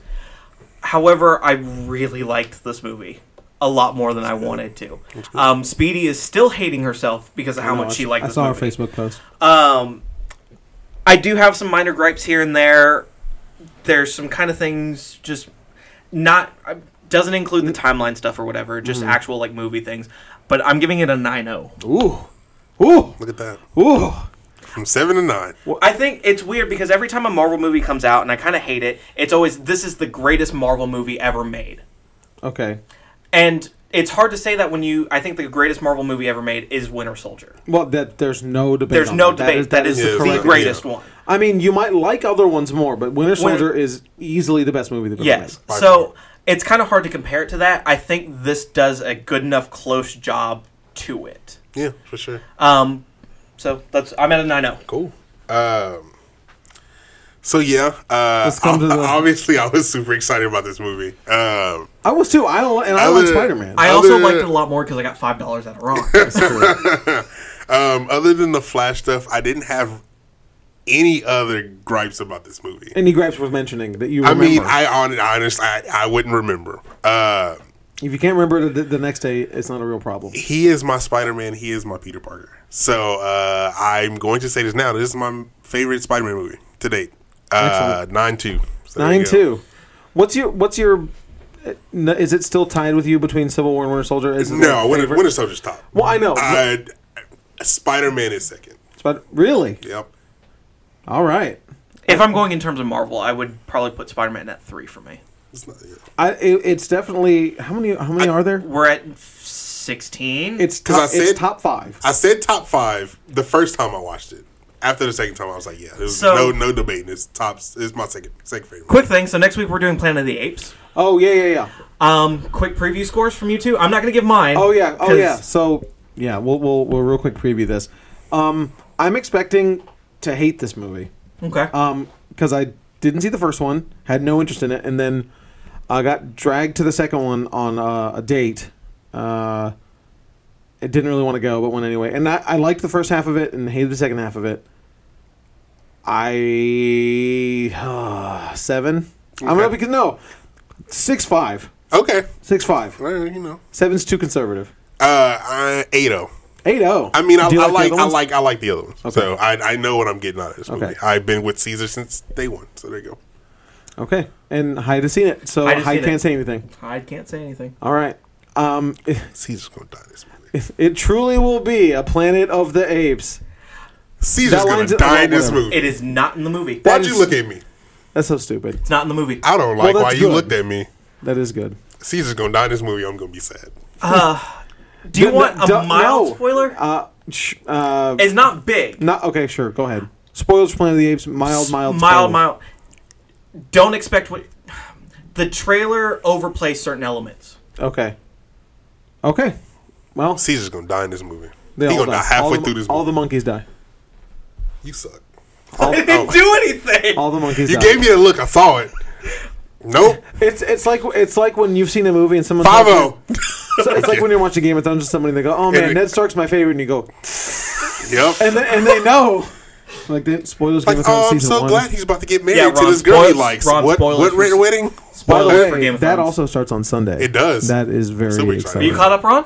However, I really liked this movie. a lot more than I wanted to. Um, Speedy is still hating herself because of how much she liked.
I
this
saw our
movie.
Facebook post.
Um, I do have some minor gripes here and there. There's some kind of things just not uh, doesn't include the timeline stuff or whatever, just actual like movie things. But I'm giving it a oh. 9-0.
Ooh, ooh,
Look at that.
ooh.
From seven to nine.
I think it's weird because every time a Marvel movie comes out, and I kind of hate it, it's always this is the greatest Marvel movie ever made.
Okay.
And it's hard to say that when you I think the greatest Marvel movie ever made is Winter Soldier.
Well, that there's no debate.
There's
on
no
that.
debate. that is,
is
the,
the correct
greatest
answer.
one.
I mean, you might like other ones more, but Winter Soldier is easily the best movie that.
Yes.
By
So it's kind of hard to compare it to that. I think this does a good enough close job to it.
Yeah, for sure.
Uh,
Um, so that's I'm at a oh. 9 0.
Cool. Um, so yeah, uh,
Let's come to the-
obviously I was super excited about this movie. Um,
I was too. I don't, and I
Other-
like Spider Man.
I also
Other-
liked it a lot more because I got five dollars out of Ron.
um, other than the Flash stuff, I didn't have any other gripes about this movie.
Any gripes worth mentioning that you
I
remember?
mean, I hon- honestly, I, I wouldn't remember. Uh,
if you can't remember it the, the next day, it's not a real problem.
he is my Spider Man. He is my Peter Parker. So uh, I'm going to say this now. This is my favorite Spider Man movie to date. Uh, nine two. So there you
Nine
go.
two. What's your What's your uh, n- is it still tied with you between Civil War and Winter Soldier? Is it
No,
like
Winter,
favorite?
Winter Soldier's top.
Well, I know.
Uh, Spider Man is second.
But really,
Yep.
all right.
If I'm going in terms of Marvel, I would probably put Spider Man at 3 for me.
It's not, yeah.
I it, it's definitely how many how many are there?
We're at 16.
It's
'Cause I
top, it's
said-
top five.
I said top five the first time I watched it. After the second time, I was like, yeah, there's
So-
no no debating. It's top. It's my second second favorite.
Quick thing. So next week we're doing Planet of the Apes.
Oh yeah yeah yeah.
Um, quick preview scores from you two. I'm not gonna give mine.
Oh yeah, oh
'cause
yeah. So yeah, we'll we'll we'll real quick preview this. Um, I'm expecting to hate this movie.
Okay.
Um, because I didn't see the first one, had no interest in it, and then I got dragged to the second one on uh, a date. Uh, it didn't really want to go, but went anyway. And I, I liked the first half of it and hated the second half of it. I uh, seven. I'm gonna
Okay.
because no six five
Okay.
six five.
Well, you know.
Seven's too conservative.
Uh, I, eight oh.
Eight oh.
I mean, I,
Do you
I
the
like,
other
I
ones?
like, I like the other ones. So I, I know what I'm getting out of this movie.
Okay.
I've been with Caesar since day one. So there you go.
Okay, and Hyde has seen it, so
Hyde has
Hyde
seen
can't
it.
say anything.
I can't say anything.
All right. Um, it,
Caesar's gonna die this movie.
it, it truly will be a Planet of the Apes.
Caesar's
That
gonna
lines-
die in this
whatever.
movie.
It is not in the movie.
Why'd
that
you
is-
look at me?
That's so stupid.
It's not in the movie.
I don't like
Well,
why
that's
you
good.
looked at me.
That is good.
Caesar's gonna die in this movie. I'm gonna be sad.
Do you
No,
want a
no,
mild
no.
spoiler?
Uh, sh- uh,
it's not big.
not okay. Sure, go ahead. Spoilers for Planet of the Apes. Mild, mild, spoiler.
mild, mild. Don't expect what the trailer overplays certain elements.
Okay. Okay. Well,
Caesar's gonna die in this movie.
they
He's
all
gonna
die.
die halfway
all the,
through this movie.
all the monkeys die.
you suck.
I didn't
oh.
do anything.
All the monkeys.
You
die.
gave me a look. I saw it. Nope.
It's it's like it's like when you've seen a movie and someone
Five oh.
tells you-
zero.
So it's like when you're watching Game of Thrones with somebody and they go, "Oh man,
it-
Ned Stark's my favorite," and you go,
Yep.
and they, and they know. Like they, spoilers. Game
like,
of Thrones
oh, I'm
season
so
one.
glad he's about to get married
Yeah,
to
Ron,
this girl he
spoilers-
likes.
Ron,
what?
spoilers
What
for-
red wedding?
By the
Spoilers
way,
for Game of
that
Thrones.
also starts on Sunday.
It does.
That is very
Super excited.
exciting. Oh,
Are you caught up, Ron?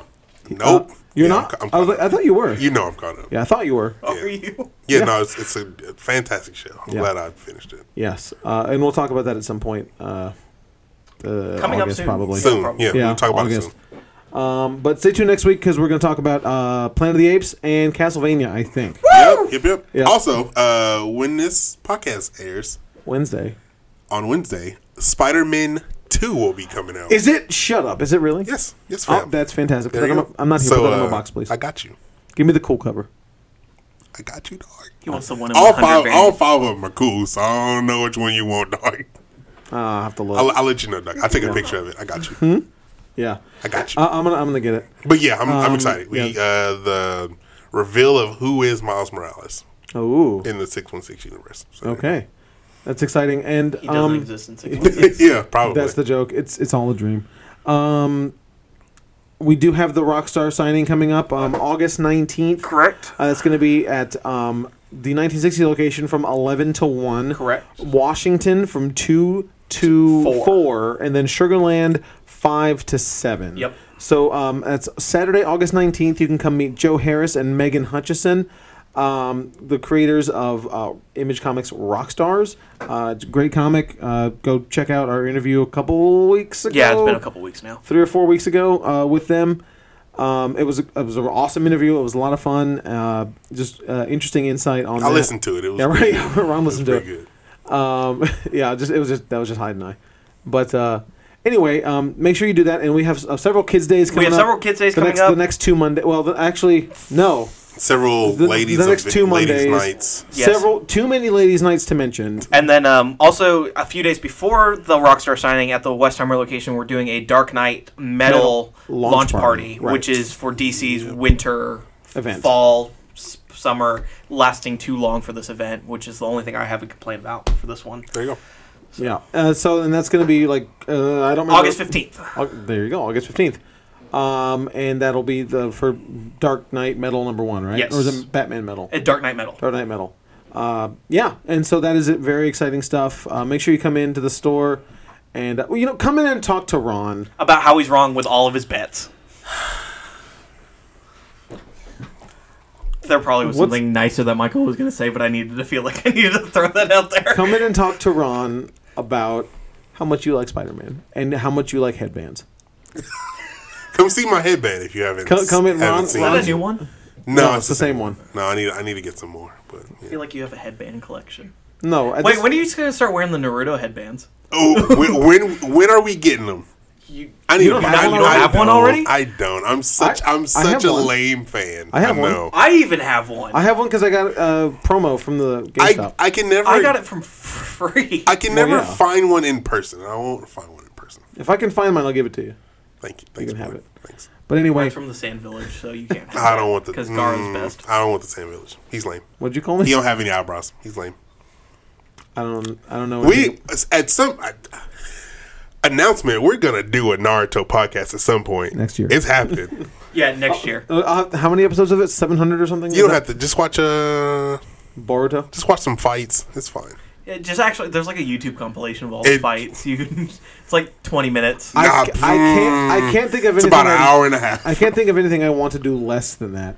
Nope.
You're
Yeah,
not.
I'm,
I,
I'm,
was like, I thought you were.
you know I'm caught up. Yeah,
yeah, I thought you were.
Oh, Are you?
no, it's, it's a a fantastic show. I'm
Yeah.
glad I finished it.
Yes, uh, and we'll talk about that at some point. Uh, uh,
Coming up
August,
soon.
probably.
Soon.
probably.
Yeah,
Yeah,
we'll talk about
August.
it soon.
Um, but stay tuned next week because we're going to talk about uh, Planet of the Apes and Castlevania. I think
Yep, yep, yep.
Yeah.
Also, uh, when this podcast airs
Wednesday.
on Wednesday, Spider Man 2 will be coming out.
Is it? Shut up. Is it really?
yes, yes,
Oh,
fam.
that's fantastic. Put
There
that
you
on
go.
my- I'm not here.
So,
Put that on
uh,
my box, please.
I got you.
Give me the cool cover.
I got you, dog.
He wants the one in
All
100
five,
variant.
all five of them are cool, so I don't know which one you want, dog.
Uh, I have to look.
I'll, I'll let you know, dog. I'll take a picture of it. I got you.
Hmm? yeah,
I got you.
I, I'm gonna I'm gonna get it.
But yeah, I'm, I'm
Uh, Um,
excited. We uh, the reveal of who is Miles Morales
Oh,
in the 616 universe. So,
okay, that's exciting. And
He doesn't
um,
exist in six months.
yeah, probably.
That's the joke. It's it's all a dream. Um, we do have the Rockstar signing coming up um, August nineteenth.
Correct.
Uh, it's going to be at um, the 1960 location from 11 to one.
Correct.
Washington from two to
Four.
four, and then Sugarland five to seven.
Yep.
So um, it's Saturday, August 19th. You can come meet Joe Harris and Megan Hutchison, um, the creators of uh, Image Comics Rockstars. Uh, it's a great comic. Uh, go check out our interview a couple weeks ago
Yeah, it's been a couple weeks now.
three or four weeks ago uh, with them. Um, it was it was an awesome interview. It was a lot of fun. Uh, just uh, interesting insight on.
I
that.
listened to it. It was
Yeah,
pretty
right.
good.
Ron listened to
pretty
it.
good.
Um, yeah, just it was just that was just Hyde and I. But uh, anyway, um, make sure you do that. And we have uh, several kids days coming
have
up.
several kids' days
the
coming
next,
up.
The next two Monday. Well, the, actually, no.
Several
The-
ladies.
the next
of,
two
ladies
Mondays.
nights.
Yes.
Several too many ladies' nights to mention.
And then um, also a few days before the Rockstar signing at the Westheimer location, we're doing a Dark Knight metal,
Metal
launch,
launch
party,
party, right.
which is for DC's winter
Event.
fall, s- summer, lasting too long for this event, which is the only thing I have a complaint about for this one.
There you go.
Yeah. Uh, so and that's going to be like uh, I don't remember.
August fifteenth.
Au- There you go, August fifteenth, um, and that'll be the for Dark Knight Metal number one, right?
Yes.
Or is it Batman Metal?
at Dark Knight Metal.
Dark Knight Metal. Uh, yeah, and so that is it. Very exciting stuff. Uh, make sure you come into the store, and uh, well, you know, come in and talk to Ron.
About how he's wrong with all of his bets. There probably was
What's-
something nicer that Michael was going to say, but I needed to feel like I needed to throw that out there.
Come in and talk to Ron about how much you like Spider Man and how much you like headbands.
Come see my headband if you haven't.
Come- come in,
haven't
Ron-
seen
Is that a
it.
new one?
No,
it's the same one.
No, I need I need to get some more. But
I
yeah.
feel like you have a headband collection.
No, I
Wait,
just-
when are you going to start wearing the Naruto headbands?
oh, when, when when are we getting them?
You,
I need.
You don't
I,
have
I,
one- you don't have one
don't.
already?
I don't. I'm such.
I-
I, am
I
such
have
a
one.
lame fan.
I have one.
know.
I even have one.
I
I,
have one because I got a promo from the
I,
GameStop.
I can never.
got it from f- free.
I can
Well,
never
yeah.
find one in person. I won't find one in person.
if I can find mine, I'll give it to you.
Thank you. Thanks,
can have
Mark.
it.
Thanks.
But anyway,
Mine's from the Sand Village, so you can't.
I don't want the
because Garo's
mm,
best.
I don't want the same village. He's lame.
what'd you call me?
He don't have any eyebrows. He's lame.
I don't. I don't know.
We at some I, announcement. We're gonna do a Naruto podcast at some point
Next year.
It's happening.
Yeah, next year.
Uh, I'll have- how many episodes of it? Seven hundred or something?
you don't have to just watch. Uh,
to Boruto.
just watch some fights. It's fine.
It just actually, there's like a YouTube compilation of all the
It-
fights. You can, it's like 20 minutes.
I,
Nah, hmm.
ca- I can't. I can't think of anything.
It's about an
I-
hour and a half.
I can't think of anything I want to do less than that.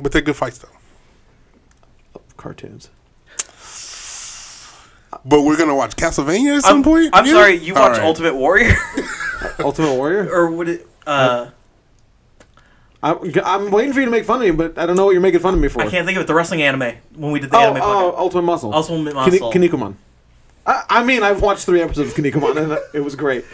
But they're good fights though.
Cartoons.
But we're gonna watch Castlevania at some
I'm,
point.
I'm
yeah?
sorry, you
All
watch
right.
Ultimate Warrior,
Ultimate Warrior.
or would it? Uh,
I, I'm waiting for you to make fun of me, but I don't know what you're making fun of me for.
I can't think of it. The wrestling anime when we did the
Oh, oh
anime. podcast.
Ultimate Muscle. Kine-
Ultimate Muscle.
Kinnikuman. I, I mean, I've watched three episodes of Kinnikuman, and it was great.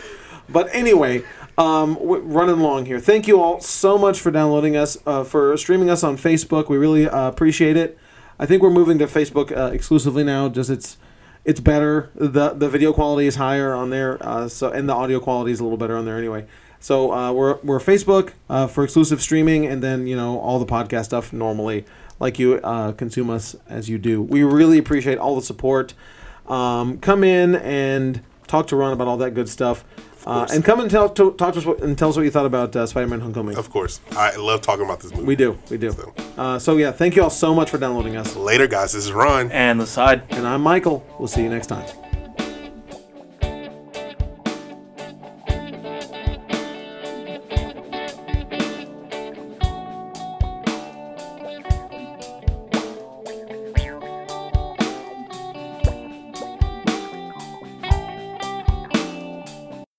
But anyway, um, w- running along here. Thank you all so much for downloading us, uh, for streaming us on Facebook. We really uh, appreciate it. I think we're moving to Facebook uh, exclusively now. Just it's it's better. the The video quality is higher on there, uh, so and the audio quality is a little better on there anyway. So uh, we're we're Facebook uh, for exclusive streaming, and then you know all the podcast stuff normally, like you uh, consume us as you do. We really appreciate all the support. Um, come in and talk to Ron about all that good stuff, uh, and come and tell to, talk to us what, and tell us what you thought about uh, Spider-Man: Homecoming.
Of course, I love talking about this movie.
We do, we do.
So.
Uh, so yeah, thank you all so much for downloading us,
Later, guys. This is Ron.
and the side.
and I'm Michael. We'll see you next time.